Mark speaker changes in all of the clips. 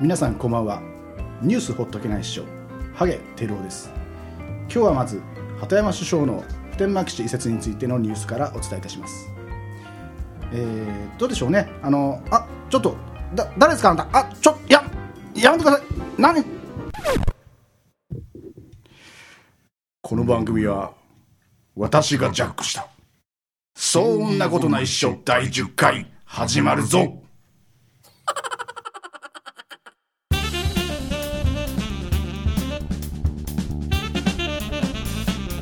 Speaker 1: 皆さんこんばんはニュースほっとけない師匠ハゲ照夫です今日はまず鳩山首相の普天間基地移設についてのニュースからお伝えいたしますえー、どうでしょうねあのあちょっとだ誰ですかあなたあちょややめてください何この番組は私がジャックしたそんなことないっしょ第10回始まるぞ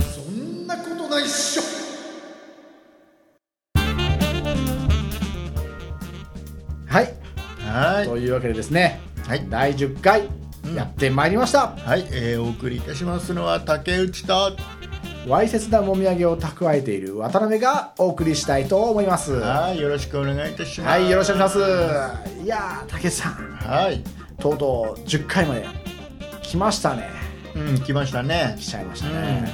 Speaker 2: そんなことないっしょ
Speaker 1: はい
Speaker 2: は
Speaker 1: というわけでですね、
Speaker 2: はい
Speaker 1: 第10回やってまいりました
Speaker 2: い、はいえーお送りいたしますのは竹内とは
Speaker 1: わいせつなもみあげを蓄えている渡辺がお送りしたいと思いますはい
Speaker 2: よろしくお願いいたします
Speaker 1: いよろしくお願いしますいやー竹内さん
Speaker 2: はい
Speaker 1: とうとう10回まで来ましたね
Speaker 2: うん来ましたね
Speaker 1: 来ちゃいましたね、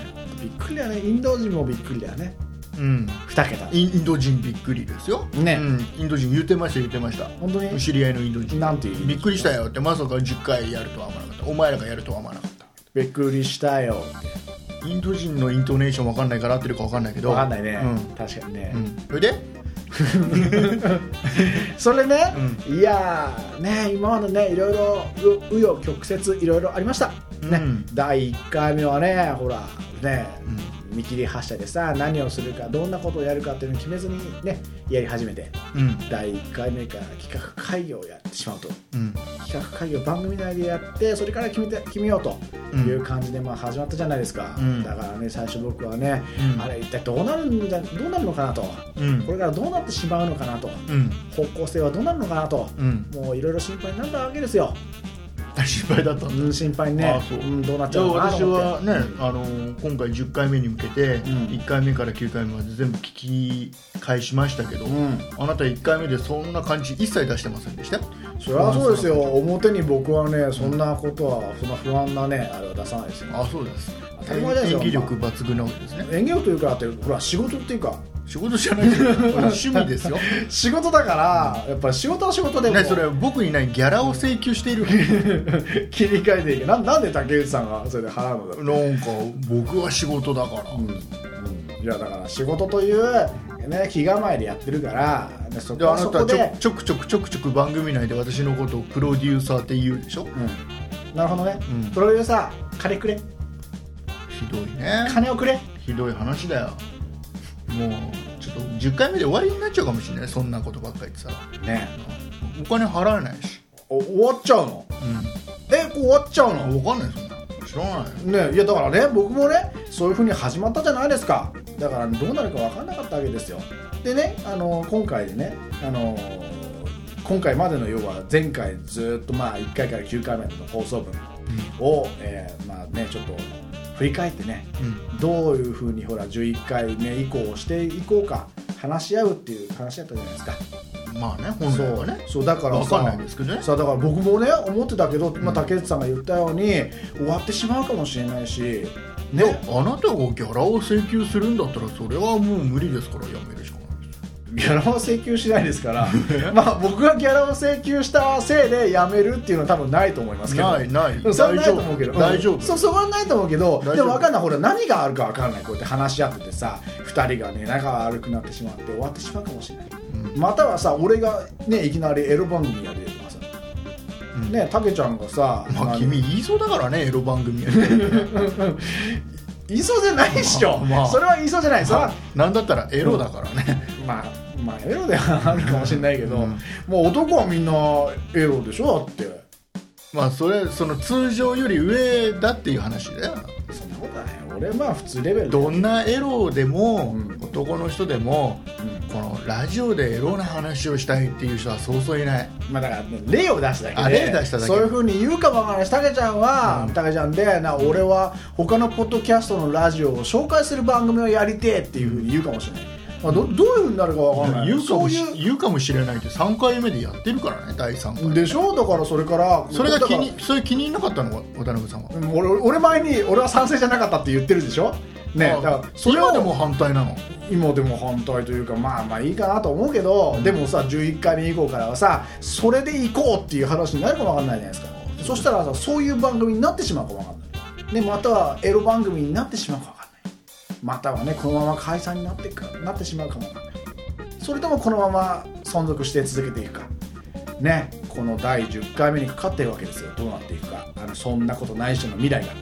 Speaker 1: びっくりだねインド人もびっくりだよね
Speaker 2: うん
Speaker 1: 2桁
Speaker 2: インインド人びっくりですよ
Speaker 1: ね
Speaker 2: うん、インド人言ってました言ってました
Speaker 1: 本当に
Speaker 2: 知り合いのインド人
Speaker 1: なんていう
Speaker 2: びっくりしたよってまさか10回やるとは思わなかったお前らがやるとは思わなかった
Speaker 1: びっくりしたよ
Speaker 2: インド人のイントネーションわかんないから合ってるかわかんないけど
Speaker 1: わかんないね、
Speaker 2: う
Speaker 1: 確かにね、
Speaker 2: ん、うん、それで
Speaker 1: それね、いやーね今までねいろいろう紆余曲折いろいろありました、ね
Speaker 2: うん
Speaker 1: 第1回目はねほらね、見切り発車でさ何をするかどんなことをやるかっていうのを決めずにねやり始めて
Speaker 2: うん
Speaker 1: 第1回目から企画会議をやってしまうと
Speaker 2: うん
Speaker 1: 企画会議を番組内でやってそれから決めて決めようと
Speaker 2: うん
Speaker 1: いう感じでまあ始まったじゃないですか、
Speaker 2: うん
Speaker 1: だからね最初僕はね、
Speaker 2: うん
Speaker 1: あれ一体どうなるんじゃどうなるのかなと、
Speaker 2: うん
Speaker 1: これからどうなってしまうのかなと、
Speaker 2: うん
Speaker 1: 方向性はどうなるのかなと、
Speaker 2: うん
Speaker 1: もういろいろ心配になったわけですよ、
Speaker 2: 心配だったんだ
Speaker 1: うん、心配
Speaker 2: あ
Speaker 1: ね
Speaker 2: あそう
Speaker 1: うん、どうなっち
Speaker 2: じ
Speaker 1: ゃ
Speaker 2: ゃ
Speaker 1: う
Speaker 2: あ
Speaker 1: のかな
Speaker 2: 私
Speaker 1: と思っ
Speaker 2: は
Speaker 1: て
Speaker 2: ね、あのー今回10回目に向けて
Speaker 1: ん
Speaker 2: 1回目から9回目まで全部聞き返しましたけど、
Speaker 1: ん
Speaker 2: あなた1回目でそんな感じ一切出してませんでした
Speaker 1: それはそうですよ表に僕はねそんなことはそんな不安なねあれは出さないですよ
Speaker 2: あそうです
Speaker 1: 当たり前ですよ
Speaker 2: 演技力抜群なわけですね
Speaker 1: 演技力というかだってほら仕事っていうか
Speaker 2: 仕事じゃないけどこれ趣 味ですよ、
Speaker 1: 仕事だから、やっぱり仕事は仕事でも
Speaker 2: ね、それは僕にないギャラを請求している
Speaker 1: 切り替えていけなんなんで竹内さんがそれで払うのだろ
Speaker 2: なんか僕は仕事だから、
Speaker 1: う、うんいやだから仕事という、ね、気構えでやってるからねそこ
Speaker 2: であ
Speaker 1: は
Speaker 2: な
Speaker 1: そ
Speaker 2: た
Speaker 1: こ
Speaker 2: ちょ
Speaker 1: で
Speaker 2: ちょくちょくちょくちょく番組内で私のことをプロデューサーって言うでしょ
Speaker 1: うんなるほどね、
Speaker 2: うん
Speaker 1: プロデューサー金くれ
Speaker 2: ひどいね
Speaker 1: 金をくれ
Speaker 2: ひどい話だよもうちょっと10回目で終わりになっちゃうかもしれないそんなことばっかり言ってたら
Speaker 1: ね
Speaker 2: お金払えないし、
Speaker 1: お終わっちゃうのえこう終わっちゃうの
Speaker 2: うん、わかんないそんなの知らないよ
Speaker 1: ねいやだからね僕もねそういうふうに始まったじゃないですかだからどうなるか分かんなかったわけですよでねあの今回でねあの今回までの要は前回ずっとまあ1回から9回までの放送分を、えーまあねちょっと振り返ってね
Speaker 2: うん
Speaker 1: どういうふうにほら11回目以降していこうか話し合うっていう話だったじゃないですか
Speaker 2: まあね本来はね
Speaker 1: そうだから
Speaker 2: わ
Speaker 1: さ
Speaker 2: かんないですけどね
Speaker 1: さあだから僕もね思ってたけど、まあ、竹内さんが言ったように終わってしまうかもしれないしね
Speaker 2: ねあなたがギャラを請求するんだったらそれはもう無理ですからやめるしかないです
Speaker 1: ギャラを請求しないですから まあ僕がギャラを請求したせいで辞めるっていうのは多分ないと思いますけど
Speaker 2: ないない
Speaker 1: それはないと思うけど
Speaker 2: 大丈
Speaker 1: うん
Speaker 2: 夫
Speaker 1: そうそこはないと思うけど
Speaker 2: 大
Speaker 1: で
Speaker 2: 丈夫
Speaker 1: も分かんないほら何があるか分かんないこうやって話し合っててさ2人がね仲が悪くなってしまって終わってしまうかもしれない、
Speaker 2: うん
Speaker 1: またはさ俺がねいきなりエロ番組やるとかさ、
Speaker 2: うん
Speaker 1: ねたけちゃんがさ、
Speaker 2: まあ
Speaker 1: の
Speaker 2: 君言いそうだからねエロ番組やって
Speaker 1: 言いそうじゃないっしょ、
Speaker 2: まあまあ
Speaker 1: それは言いそうじゃないそれは
Speaker 2: なんだったらエロだからね、
Speaker 1: まあまあエロではあるかもしれないけど、
Speaker 2: うん
Speaker 1: もう男はみんなエロでしょだって
Speaker 2: まあそれその通常より上だっていう話だよ
Speaker 1: そんなことはない俺まあ普通レベルだよ
Speaker 2: どんなエロでも、
Speaker 1: うん
Speaker 2: 男の人でも
Speaker 1: うん
Speaker 2: このラジオでエロな話をしたいっていう人はそうそういない
Speaker 1: まあだからね例を出しただけで
Speaker 2: あ例出しただけ
Speaker 1: そういうふうに言うかもわからないしタケちゃんは、
Speaker 2: うん
Speaker 1: タケちゃんでな俺は他のポッドキャストのラジオを紹介する番組をやりてえっていうふうに言うかもしれない、まあ、どどういうふうになるかわからない
Speaker 2: 言うかもし
Speaker 1: そうい
Speaker 2: 言うかもしれないって3回目でやってるからね第3
Speaker 1: う
Speaker 2: 回
Speaker 1: でしょだからそれから
Speaker 2: それが
Speaker 1: だか
Speaker 2: 気
Speaker 1: ら
Speaker 2: にそれ気に入らなかったのか渡辺さんは
Speaker 1: うん俺俺前に俺は賛成じゃなかったって言ってるでしょね
Speaker 2: あ
Speaker 1: だからそれ
Speaker 2: 今
Speaker 1: を
Speaker 2: でも反対なの
Speaker 1: 今でも反対というかまあまあいいかなと思うけど、でもさ11回目以降からはさそれで行こうっていう話になるかもわかんないじゃないですかそしたらさそういう番組になってしまうかもわかんないでまたはエロ番組になってしまうかわかんないまたはねこのまま解散になってくかなってしまうかもわかんないそれともこのまま存続して続けていくかねこの第10回目にかかってるわけですよどうなっていくかあのそんなことない人の未来が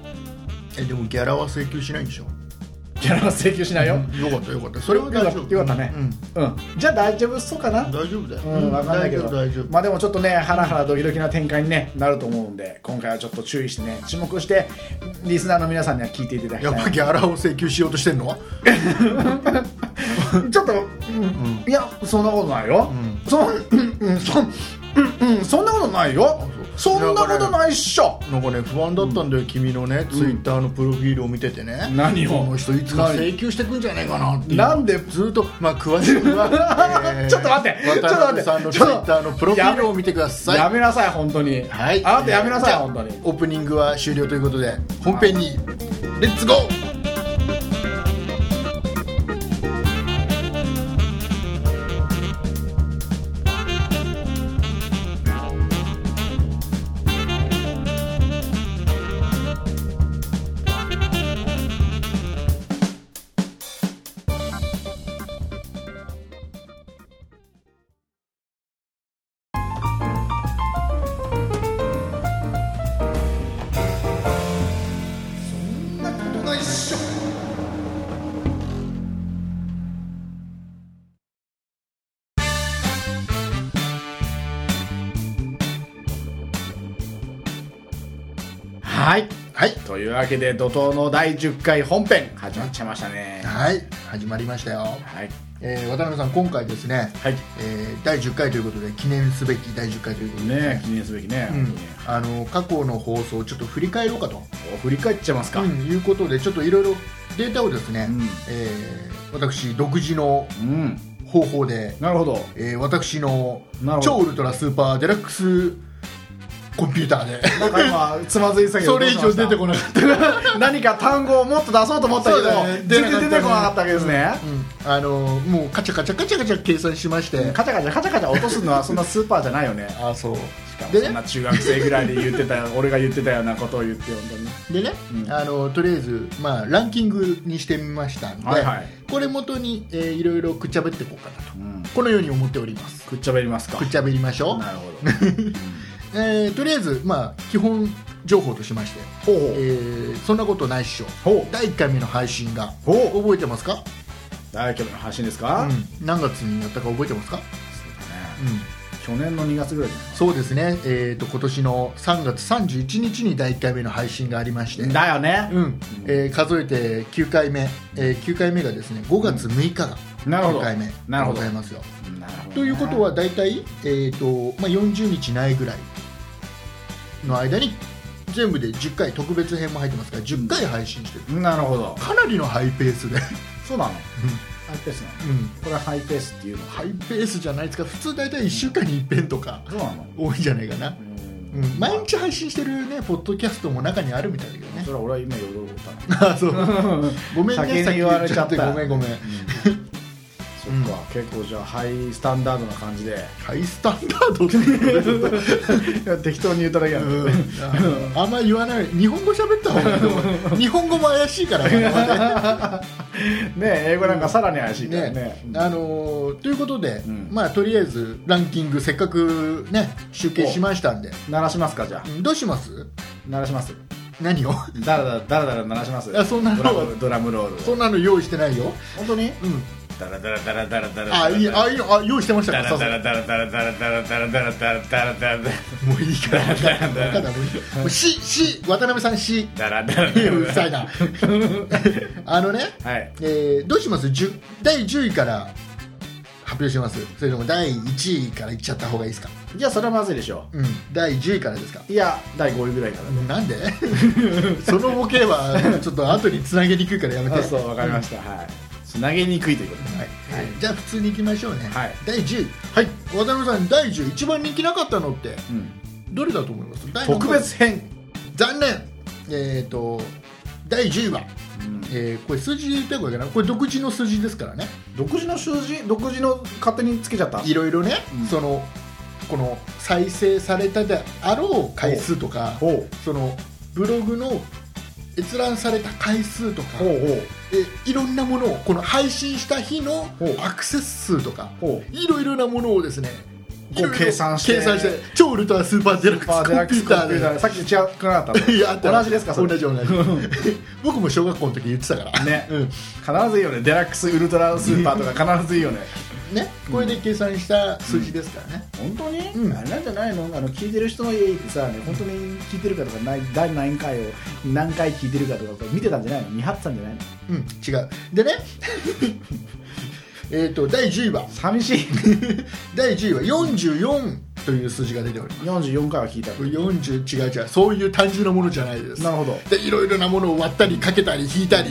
Speaker 2: えでもギャラは請求しないんでしょ
Speaker 1: ギャラは請求しないよ、
Speaker 2: うんよかったよかったそれは大丈夫
Speaker 1: よかったね
Speaker 2: うん
Speaker 1: うん、じゃあ大丈夫そうかな
Speaker 2: 大丈夫だよ
Speaker 1: うん、わかんないけど、
Speaker 2: 大丈夫大丈夫
Speaker 1: まあでもちょっとね、ハラハラドキドキな展開に、ね、なると思うんで、今回はちょっと注意してね、注目して、リスナーの皆さんには聞いていただき
Speaker 2: やったぱ
Speaker 1: い。
Speaker 2: ギャラを請求しようとしてんの
Speaker 1: ちょっと、うん
Speaker 2: ん
Speaker 1: いや、そんなことないよ。
Speaker 2: う
Speaker 1: そん、うん、うん、そん、うん、うん、そんなことないよ。
Speaker 2: そう
Speaker 1: そんなことないっしょ。
Speaker 2: なんかね不安だったんだよ、君のねツイッターのプロフィールを見ててね、
Speaker 1: 何を
Speaker 2: この人いつか請求してくんじゃないかなっていう
Speaker 1: なんで
Speaker 2: ずっとまあ詳し くは、えー
Speaker 1: ちょっと待ってちょっと待って
Speaker 2: 渡辺さんのツイッターのプロフィールを見てください
Speaker 1: やめなさい、本当に。
Speaker 2: はい
Speaker 1: あなたやめなさい、
Speaker 2: じゃあ
Speaker 1: 本当に。
Speaker 2: オープニングは終了ということで本編にレッツゴー
Speaker 1: はい。
Speaker 2: はい
Speaker 1: というわけで、怒涛の第10回本編、始まっちゃいましたね。
Speaker 2: はい始まりましたよ、
Speaker 1: はい。
Speaker 2: えー渡辺さん今回ですね、
Speaker 1: はい。
Speaker 2: えー第10回ということで記念すべき第10回ということで
Speaker 1: ね記念すべきね。本
Speaker 2: う
Speaker 1: 当
Speaker 2: ん
Speaker 1: にね、
Speaker 2: あの過去の放送をちょっと振り返ろうかと、
Speaker 1: 振り返っちゃいますか、
Speaker 2: うんいうことでちょっといろいろデータをですね、
Speaker 1: うん
Speaker 2: えー私独自の
Speaker 1: うん、
Speaker 2: 方法で、
Speaker 1: なるほど
Speaker 2: えー私の
Speaker 1: なるほど
Speaker 2: 超ウルトラスーパーデラックスコンピュ ーターで
Speaker 1: なんか今つまずいてたけど
Speaker 2: それ以上出てこ
Speaker 1: な
Speaker 2: なかった、うん
Speaker 1: い何か単語をもっと出そうと思ったけ
Speaker 2: そう
Speaker 1: ど、
Speaker 2: だね
Speaker 1: 全
Speaker 2: 出なか
Speaker 1: 然出
Speaker 2: ったね
Speaker 1: てこなかったわけですね、
Speaker 2: あのもうカチャカチャカチャカチャ計算しまして、
Speaker 1: カチャカチャカチャカチャ落とすのはそんなスーパーじゃないよね
Speaker 2: あそう
Speaker 1: しかも
Speaker 2: で
Speaker 1: そんな中学生ぐらいで言ってたよ俺が言ってたようなことを言って本当に
Speaker 2: でね、
Speaker 1: うん
Speaker 2: あのとりあえず、まあ、ランキングにしてみましたんで、
Speaker 1: はいはい
Speaker 2: これ元に、えーいろいろくっちゃべっていこうかなと
Speaker 1: うん
Speaker 2: このように思っております
Speaker 1: くっちゃべりますか
Speaker 2: くっちゃべりましょう、
Speaker 1: なるほど
Speaker 2: えーとりあえず、まあ、基本情報としまして、
Speaker 1: ほう
Speaker 2: えーそんなことないっしょ
Speaker 1: ほうほう
Speaker 2: 第1回目の配信が
Speaker 1: ほう
Speaker 2: 覚えてますか、
Speaker 1: 大規模の発信ですか、
Speaker 2: うん、何月にやったか覚えてますか、
Speaker 1: そうだね
Speaker 2: うん、
Speaker 1: 去年の2月ぐらいじ
Speaker 2: そうですね、えー、と今年の3月31日に第1回目の配信がありまして、
Speaker 1: ゃないだよね、
Speaker 2: うんえー数えて9回目、えー9回目がですね5月6日が
Speaker 1: なるほど
Speaker 2: 9回目で
Speaker 1: なるほ
Speaker 2: ご
Speaker 1: ど
Speaker 2: ざいますよ。
Speaker 1: なるほどね
Speaker 2: ということは大体、えーとまあ、40日ないぐらいの間に全部で10回特別編も入ってますから10回配信してる
Speaker 1: なるほど
Speaker 2: かなりのハイペースで、
Speaker 1: そうなの、ハイペースなのこれはハイペースっていうの
Speaker 2: ハイペースじゃないですか普通大体1週間に一遍とか
Speaker 1: そうなの
Speaker 2: 多いんじゃないかな、うん毎日配信してるねポッドキャストも中にあるみたいだけどね
Speaker 1: それは俺は今よどったの
Speaker 2: あ そうごめん
Speaker 1: 先
Speaker 2: ね
Speaker 1: に言われちゃった
Speaker 2: 先に言っごめんごめん、
Speaker 1: そっか、結構じゃあハイスタンダードな感じで
Speaker 2: ハイスタンダードって言うと
Speaker 1: 適当に言っただけなん
Speaker 2: うんあんま言わない日本語喋った方がいいと思う日本語も怪しいからね
Speaker 1: ねえ英語なんかさらに怪しいからね
Speaker 2: ね
Speaker 1: うん
Speaker 2: あのーということで、
Speaker 1: ん
Speaker 2: まあとりあえずランキングせっかくね集計しましたんで
Speaker 1: 鳴らしますかじゃあ
Speaker 2: うんどうします
Speaker 1: 鳴らします
Speaker 2: 何を
Speaker 1: だらだらだらだら鳴らします
Speaker 2: あそんなの
Speaker 1: ドラムドラムロール
Speaker 2: そんなの用意してないよ、
Speaker 1: 本当に
Speaker 2: うん、
Speaker 1: ダラダラダラダラダラ
Speaker 2: あいいあいいあ用意してました
Speaker 1: ダ
Speaker 2: か
Speaker 1: ラ
Speaker 2: さ
Speaker 1: ダラダラダラダラダラダラダラダラダラダラダラ
Speaker 2: もういいから
Speaker 1: ダラダラ
Speaker 2: ただもういいもうしし渡辺さんし
Speaker 1: ダラダラ
Speaker 2: いや うるさいなあのね、
Speaker 1: はい
Speaker 2: えーどうします10第10位から発表しますそれとも第1位からいっちゃった方がいいですか、
Speaker 1: じゃあそれはまずいでしょ
Speaker 2: うん、第10位からですか
Speaker 1: ういや第5位ぐらいから
Speaker 2: なんで そのボケ はちょっと後につなげにくいからやめて
Speaker 1: あそうわかりました、はいつなげにくいということで
Speaker 2: はいじゃあ普通にいきましょうね、
Speaker 1: はい
Speaker 2: 第10位
Speaker 1: はい、
Speaker 2: 渡辺さん第10位一番人気なかったのってどれだと思います第何位
Speaker 1: 特別編、
Speaker 2: 残念えっ、と第10位は
Speaker 1: うん
Speaker 2: えーこれ数字で言ってるわけなこれ独自の数字ですからね
Speaker 1: 独自の数字独自の勝手につけちゃった
Speaker 2: いろいろね、
Speaker 1: うん
Speaker 2: そのこの再生されたであろう回数とか
Speaker 1: ほう
Speaker 2: そのブログの閲覧された回数とか
Speaker 1: ほう
Speaker 2: えいろんなものをこの配信した日の
Speaker 1: ほう
Speaker 2: アクセス数とか
Speaker 1: ほうほう
Speaker 2: いろいろなものをですね
Speaker 1: こう計算して
Speaker 2: 計算して超ウルトラスーパーデラックス
Speaker 1: パーデラックス
Speaker 2: コン
Speaker 1: コ
Speaker 2: ピュータ
Speaker 1: ンピューター
Speaker 2: ー
Speaker 1: でさっき違くなかった
Speaker 2: で いやあった
Speaker 1: 同じですかそ
Speaker 2: 同
Speaker 1: れ
Speaker 2: じ同じ 僕も小学校の時言ってたから
Speaker 1: ね
Speaker 2: うん
Speaker 1: 必ずいいよねデラックスウルトラスーパーとか必ずいいよね
Speaker 2: ねこれで計算した数字ですからね、
Speaker 1: 本当に、
Speaker 2: うん
Speaker 1: あれなんじゃないのあの聞いてる人の家行ってさ、ね、本当に聞いてるかとかない第何回を何回聞いてるかとか見てたんじゃないの見張ってたんじゃないの
Speaker 2: うん違うで ねえっと第10位は
Speaker 1: 寂し い
Speaker 2: 第10位は44という数字が出ております
Speaker 1: 44回は聞いた
Speaker 2: これ40違う違うそういう単純なものじゃないです
Speaker 1: なるほど
Speaker 2: でいろいろなものを割ったりかけたり引いたり、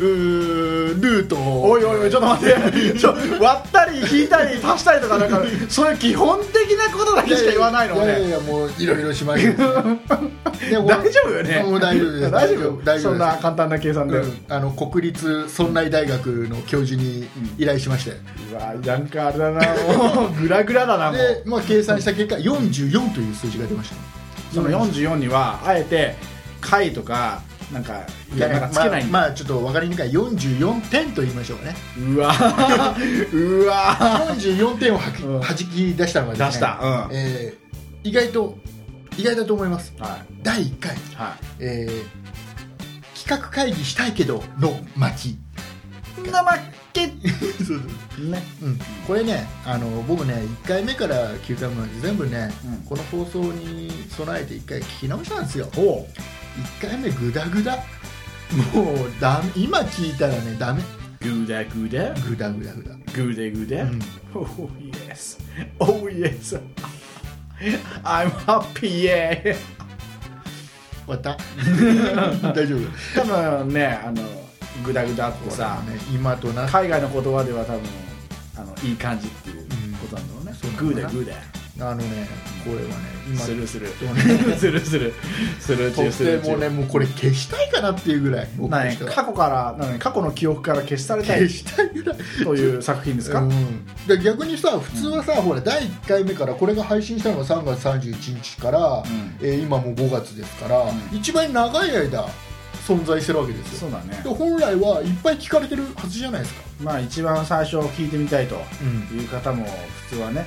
Speaker 2: うールートを
Speaker 1: おいおいおいちょっと待ってち ょ割ったり引いたり足したりとかなんかそれ基本的なことだけしか言わないの
Speaker 2: いやいや
Speaker 1: ね
Speaker 2: いやもういろいろ しますよでも
Speaker 1: 大丈夫よね
Speaker 2: もう大丈夫です
Speaker 1: 大丈夫
Speaker 2: 大丈
Speaker 1: そんな
Speaker 2: 夫
Speaker 1: 簡単な計算で、う
Speaker 2: ですうんあの国立村内大学の教授に依頼しまして、
Speaker 1: わなんかあれだなもうグラグラだなもう
Speaker 2: で、まあ、計算した結果44という数字が出ました
Speaker 1: その44にはあえて回とかなんかいやなんかつけないんだ
Speaker 2: まあ、まあちょっと分かりにくい44点と言いましょうかね
Speaker 1: うわーうわ
Speaker 2: 44点をはき
Speaker 1: うん
Speaker 2: はじき出したのがですね
Speaker 1: 出したうん
Speaker 2: えー意外と意外だと思います
Speaker 1: ーは
Speaker 2: 第1回、
Speaker 1: いは
Speaker 2: えー企画会議したいけどの巻
Speaker 1: いんなまっけ
Speaker 2: そうそう
Speaker 1: ね
Speaker 2: うん、これねあの僕ね1回目から9回目まで全部ね、
Speaker 1: うん
Speaker 2: この放送に備えて1回聞き直したんですよ
Speaker 1: おう
Speaker 2: 1回目グダグダもうダメ今聞いたらねダメ
Speaker 1: グダグダ
Speaker 2: グダグダグ
Speaker 1: グダ
Speaker 2: ダ
Speaker 1: グダ、
Speaker 2: うん
Speaker 1: Oh yes. Oh yes. I'm happy. Yeah.
Speaker 2: 終わった 大丈夫
Speaker 1: 多分ね、あのグダグダってさ
Speaker 2: さ、あ、ね、今とな
Speaker 1: 海外の言葉では多分あのいい感じっていうことなんだろうね。
Speaker 2: そうなの
Speaker 1: グ
Speaker 2: か
Speaker 1: ダ
Speaker 2: な
Speaker 1: グダ。
Speaker 2: あのねこれはね今
Speaker 1: するする。
Speaker 2: とね
Speaker 1: するする。する
Speaker 2: 特
Speaker 1: 中す
Speaker 2: 定
Speaker 1: る
Speaker 2: もね
Speaker 1: 中。
Speaker 2: もうこれ消したいかなっていうぐらい僕と
Speaker 1: なん
Speaker 2: し
Speaker 1: か
Speaker 2: て
Speaker 1: ね
Speaker 2: は
Speaker 1: 過去からなのに過去の記憶から消しされたい
Speaker 2: 消したいぐらい
Speaker 1: という作品ですか、
Speaker 2: うん、で逆にさ普通はさ、ほら第1回目からこれが配信したのが3月31日から、
Speaker 1: ん
Speaker 2: えー今もう5月ですから、
Speaker 1: ん
Speaker 2: 一番長い間存在してるわけです
Speaker 1: そ
Speaker 2: よ
Speaker 1: うだね
Speaker 2: で本来はいっぱい聞かれてるはずじゃないですか、
Speaker 1: まあ一番最初聞いてみたいと
Speaker 2: うん
Speaker 1: いう方も普通はね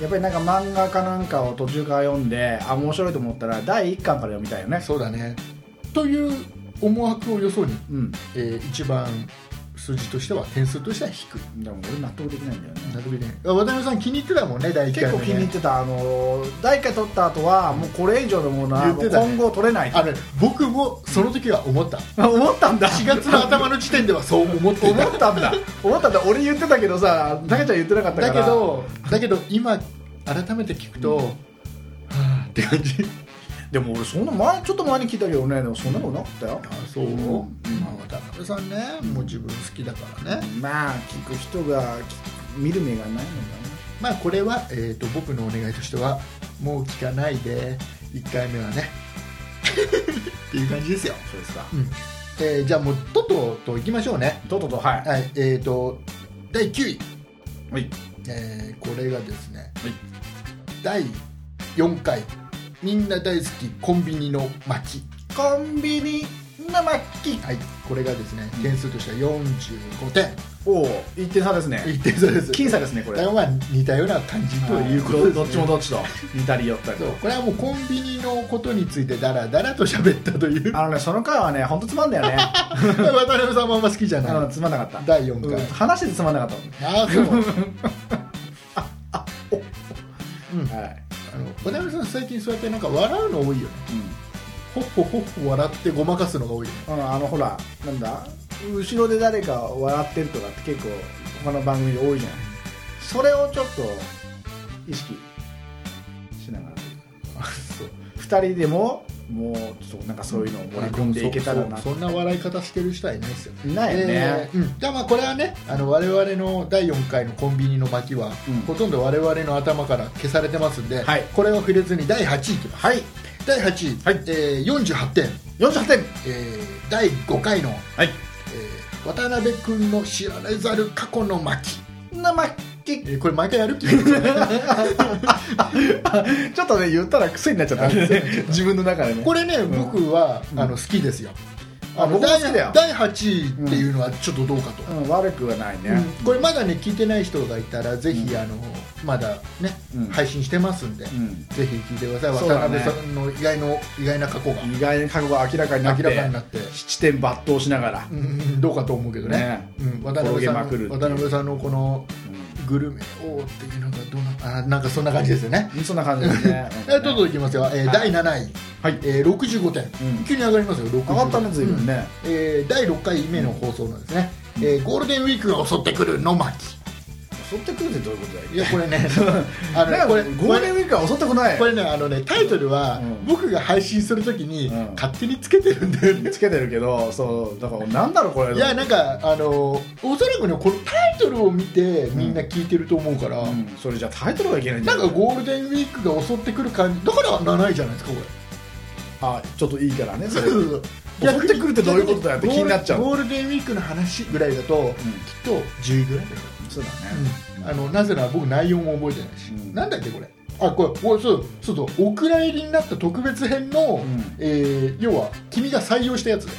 Speaker 1: やっぱりなんか漫画かなんかを途中から読んであ面白いと思ったら第1巻から読みたいよね
Speaker 2: そうだねという思惑をよそに、
Speaker 1: うん
Speaker 2: えー一番数字としては点数としては低い
Speaker 1: でも俺納得できないんだよね
Speaker 2: なるべくね渡辺さん気に入ってたもんね第1回
Speaker 1: 結
Speaker 2: 目、ね、
Speaker 1: 構気に入ってたあのー第1回取った後はもうこれ以上のものは
Speaker 2: 言ってたね
Speaker 1: 今後取れない
Speaker 2: あれ僕もその時は思った
Speaker 1: 思ったんだ
Speaker 2: 4月の頭の時点ではそう思ってい
Speaker 1: 思
Speaker 2: た
Speaker 1: ったんだ思ったんだ俺言ってたけどさたけちゃん言ってなかったから
Speaker 2: だけどだけど今改めて聞くと、はあって感じ
Speaker 1: でも俺そんな前ちょっと前に聞いたけどねでもそんなのなかったよ
Speaker 2: そう、
Speaker 1: ん
Speaker 2: まあ、渡辺さんねもう自分好きだからね
Speaker 1: まあ聞く人が聞見る目がないのか
Speaker 2: まあこれは、えー、と僕のお願いとしてはもう聞かないで1回目はね っていう感じですよ、
Speaker 1: なそうですか
Speaker 2: うんえーじゃあもうとっとといきましょうね
Speaker 1: とっととはい
Speaker 2: はいえー、と第9位、
Speaker 1: はい
Speaker 2: えーこれがですね、
Speaker 1: はい
Speaker 2: 第4回みんな大好きコンビニの巻
Speaker 1: コンビニ生き
Speaker 2: はい、これがですね、点数としては45点、
Speaker 1: おお一点差ですね
Speaker 2: 1点差です。
Speaker 1: 僅差ですねこれ
Speaker 2: 台湾は似たような感じということです、ね
Speaker 1: どどっちもどっちと似たり寄ったり
Speaker 2: そ
Speaker 1: と
Speaker 2: うこれはもうコンビニのことについてだらだらと喋ったという、
Speaker 1: あのねその回はね本当つまんだよね
Speaker 2: 渡辺さんもあんま好きじゃ
Speaker 1: あの
Speaker 2: ない。
Speaker 1: つまんなかった
Speaker 2: 第4回
Speaker 1: うん話しててつまんなかっ
Speaker 2: あそううん
Speaker 1: たはい
Speaker 2: あの渡辺さん、最近そうやってなんか笑うの多いよね、ほっほほっほ笑ってごまかすのが多いよね、
Speaker 1: うんうんあのほらなんだ後ろで誰か笑ってるとかって結構他の番組で多いじゃんそれをちょっと意識しながら2人でももうちょっとなんかそういうのを盛り込んでいけたらな
Speaker 2: そうそうそんな笑い方してる人はいないですよ。
Speaker 1: いないよね
Speaker 2: え、ーうん、じゃあまあこれはねあの我々の第4回のコンビニの巻は、
Speaker 1: うん
Speaker 2: ほとんど我々の頭から消されてますんで、
Speaker 1: はい
Speaker 2: これは触れずに第8位いきます
Speaker 1: はい
Speaker 2: 第8位、
Speaker 1: はい
Speaker 2: えー48点、
Speaker 1: 48点
Speaker 2: えー第5回の
Speaker 1: はい
Speaker 2: えー渡辺君の知られざる過去の巻、
Speaker 1: 生っき
Speaker 2: えーこれ毎回やるっていう
Speaker 1: ちょっとね言ったら癖になっちゃったね
Speaker 2: あ 癖になっちゃった
Speaker 1: 自分の中でね
Speaker 2: これね
Speaker 1: ん
Speaker 2: 僕は、
Speaker 1: うん
Speaker 2: あの好きですよ
Speaker 1: あ
Speaker 2: の
Speaker 1: 僕も好きだよ
Speaker 2: 第8位っていうのはちょっとどうかと、
Speaker 1: うん、悪くはないね、
Speaker 2: うんこれまだね聞いてない人がいたらぜひ、
Speaker 1: うん
Speaker 2: あのまだね、
Speaker 1: うん
Speaker 2: 配信してますんで、
Speaker 1: うん
Speaker 2: ぜひ聞いてくださ
Speaker 1: そ
Speaker 2: いう
Speaker 1: だ
Speaker 2: 渡
Speaker 1: ね
Speaker 2: 辺さんの意外の意外な過去が
Speaker 1: 意外に過去が明らかになって
Speaker 2: 明らかになって、
Speaker 1: 七点抜刀しながら、
Speaker 2: うんうんどうかと思うけどね
Speaker 1: ね
Speaker 2: うん、渡辺さんの
Speaker 1: 転げまくるっていう
Speaker 2: 渡辺さんのこのグルメをっていうのがどうなあなんかそんな感じですよね。
Speaker 1: うんそんな感じですね
Speaker 2: えーどうぞいきますよ、えー
Speaker 1: はい
Speaker 2: 第7位、
Speaker 1: はい
Speaker 2: えー、65点、
Speaker 1: うん
Speaker 2: 急に上がりますよ、65
Speaker 1: 上がったね随分ね、
Speaker 2: うんえー第6回目の放送なんですね、えーゴールデンウィークが襲ってくるの巻、
Speaker 1: 襲ってくるってどういうことだよ
Speaker 2: いや、こ れね、あの
Speaker 1: だから
Speaker 2: これ
Speaker 1: ゴールデンウィークは襲ってこない
Speaker 2: これねあのねタイトル
Speaker 1: う
Speaker 2: は、
Speaker 1: ん
Speaker 2: 僕が配信するときに、
Speaker 1: うん
Speaker 2: 勝手につけてるんだよね。
Speaker 1: つけてるけどそうだからなんだろうこれ
Speaker 2: いやなんかあのおそらくねこのタイトルを見てみんな聞いてると思うから、
Speaker 1: うんそれじゃタイトルがいけないんじ
Speaker 2: な
Speaker 1: ゃ
Speaker 2: ん
Speaker 1: ない
Speaker 2: かゴールデンウィークが襲ってくる感じだから7位じゃないですかこれ
Speaker 1: あちょっといいからねそ
Speaker 2: そう
Speaker 1: れ
Speaker 2: そうそう
Speaker 1: 襲ってくるってどういうことだよって気になっちゃう
Speaker 2: ゴールデンウィークの話ぐらいだと、きっと10位ぐらいだよ、
Speaker 1: そうだね、
Speaker 2: あのなぜなら僕内容も覚えてないし、
Speaker 1: うん
Speaker 2: なんだっけこれあこれこれそうそうそうお蔵入りになった特別編の、
Speaker 1: ん
Speaker 2: えー要は君が採用したやつだよ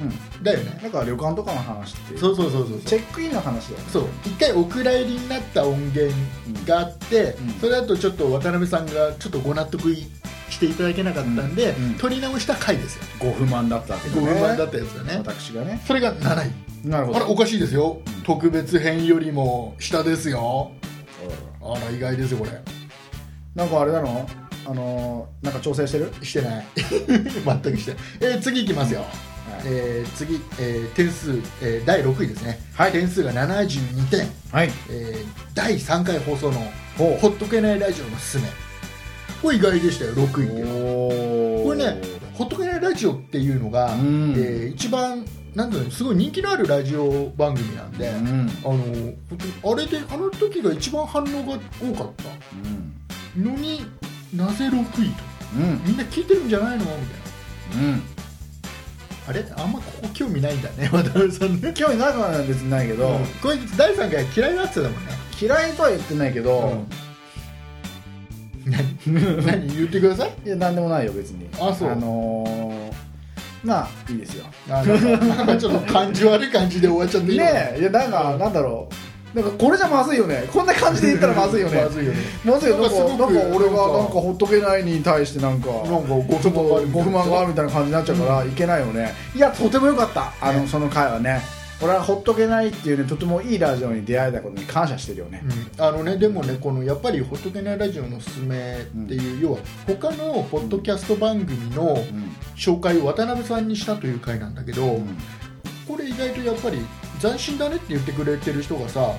Speaker 1: うん
Speaker 2: だよね
Speaker 1: なんか旅館とかの話って
Speaker 2: そうそうそうそう
Speaker 1: チェックインの話だよね
Speaker 2: そう一回お蔵入りになった音源があって、
Speaker 1: うん
Speaker 2: それだとちょっと渡辺さんがちょっとご納得いしていただけなかったんで、
Speaker 1: うんうん
Speaker 2: 撮り直した回ですよ、
Speaker 1: ご不満だったわけ
Speaker 2: ご不満だ
Speaker 1: っ
Speaker 2: ったやつだ
Speaker 1: た
Speaker 2: ね
Speaker 1: 私がね
Speaker 2: それが7位
Speaker 1: なるほ
Speaker 2: あ
Speaker 1: ど
Speaker 2: れおかしいですよ、
Speaker 1: うん
Speaker 2: 特別編よりも下ですよ
Speaker 1: おいおい
Speaker 2: あら意外ですよこれ
Speaker 1: なんかあれなのあのーなんか調整してる
Speaker 2: してない 全くしてない、えー次いきますよ、
Speaker 1: はい、
Speaker 2: えー次、えー点数、えー第6位ですね、
Speaker 1: はい
Speaker 2: 点数が72点、
Speaker 1: はい、
Speaker 2: えー第3回放送の
Speaker 1: ほ
Speaker 2: 「ほっとけないラジオ」のすすめこれ意外でしたよ6位っていうのは
Speaker 1: おー
Speaker 2: これね「ほっとけないラジオ」っていうのが、
Speaker 1: うん
Speaker 2: えー一番なんだろうすごい人気のあるラジオ番組なんで、
Speaker 1: うん
Speaker 2: あの本当にあれであの時が一番反応が多かった
Speaker 1: うん
Speaker 2: のになぜ6位と
Speaker 1: うん
Speaker 2: みんな聞いてるんじゃないのみたいな
Speaker 1: うん
Speaker 2: あれあんまここ興味ないんだね 渡辺さんね、
Speaker 1: 興味なくは別にないけど、
Speaker 2: うんこいつ第3回嫌いなやつだもんね
Speaker 1: 嫌いとは言ってないけど、
Speaker 2: 何何言ってください
Speaker 1: いや何でもないよ別に
Speaker 2: あそう
Speaker 1: のーまあいいですよ
Speaker 2: あなんかなんかちょっと感じ悪い感じで終わっちゃっていいの
Speaker 1: ねえいやなんか、なんだろうなんかこれじゃまずいよねこんな感じで言ったらまずいよね
Speaker 2: まずいよね
Speaker 1: まずいよなんか
Speaker 2: な
Speaker 1: なんん
Speaker 2: か
Speaker 1: か
Speaker 2: すごく
Speaker 1: 俺がなん
Speaker 2: なん
Speaker 1: か
Speaker 2: か
Speaker 1: ほっとけないに対してなんか
Speaker 2: なんかご
Speaker 1: ちょっと
Speaker 2: ご
Speaker 1: ご
Speaker 2: 不
Speaker 1: 不
Speaker 2: 満
Speaker 1: 満
Speaker 2: が
Speaker 1: が
Speaker 2: あ
Speaker 1: あ
Speaker 2: る
Speaker 1: る
Speaker 2: み
Speaker 1: みたい
Speaker 2: たい
Speaker 1: な感じになっちゃうから、いけないよねいやとてもよかったあの、その回はね俺はほっとけないっていうねとてもいいラジオに出会えたことに感謝してるよね、
Speaker 2: うんあのねでもねこのやっぱり「ほっとけないラジオ」のおすすめっていう、要は他のポッドキャスト番組の
Speaker 1: うん
Speaker 2: 紹介を渡辺さんにしたという回なんだけど、
Speaker 1: うん
Speaker 2: これ意外とやっぱり斬新だねって言ってくれてる人がさ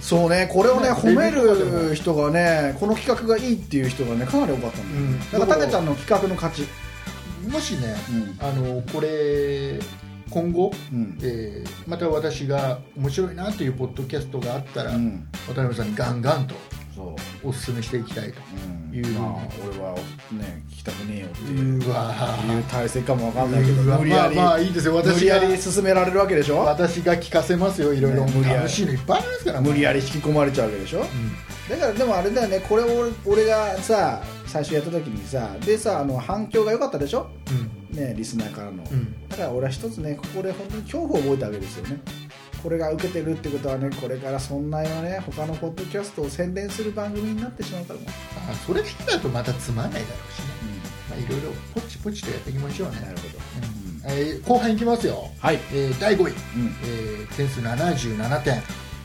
Speaker 1: そうねこれをね
Speaker 2: なんか
Speaker 1: 褒め
Speaker 2: レビューとかでも
Speaker 1: る人がねこの企画がいいっていう人がねかなり多かったんだよ、
Speaker 2: うん
Speaker 1: だからたけちゃんの企画の価値
Speaker 2: もしね
Speaker 1: うん
Speaker 2: あのこれ今後、
Speaker 1: うん
Speaker 2: えーまた私が面白いなというポッドキャストがあったら、
Speaker 1: うん
Speaker 2: 渡辺さんにガンガンと
Speaker 1: そう
Speaker 2: おすすめしていきたいと
Speaker 1: うん
Speaker 2: いう
Speaker 1: まあ俺はね聞きたくねえよっていう
Speaker 2: うわ
Speaker 1: いう体制かもわかんないけど
Speaker 2: うわ
Speaker 1: 無理やり、
Speaker 2: まあまあいいですよ
Speaker 1: 無
Speaker 2: 私
Speaker 1: 理
Speaker 2: が
Speaker 1: やり進められるわけでしょ
Speaker 2: 私が聞かせますよいろいろ、
Speaker 1: ね無理やり
Speaker 2: 楽しいのいっぱいありますから
Speaker 1: 無理やり引き込まれちゃうわけでしょ、だからでもあれだよねこれを俺俺がさ最初やった時にさでさあの反響が良かったでしょ
Speaker 2: うん
Speaker 1: ねリスナーからの、
Speaker 2: うんうん
Speaker 1: だから俺は一つねここで本当に恐怖を覚えたわけですよねこれが受けてるってことはねこれからそんなよね他のポッドキャストを宣伝する番組になってしまうからも、
Speaker 2: あそれだけだとまたつまんないだろうしね、まあ、いろいろポチポチとやっていきましょうね
Speaker 1: なるほど
Speaker 2: うんえー後半いきますよ、
Speaker 1: はい、
Speaker 2: えー第5位、
Speaker 1: うん、
Speaker 2: えー点数77点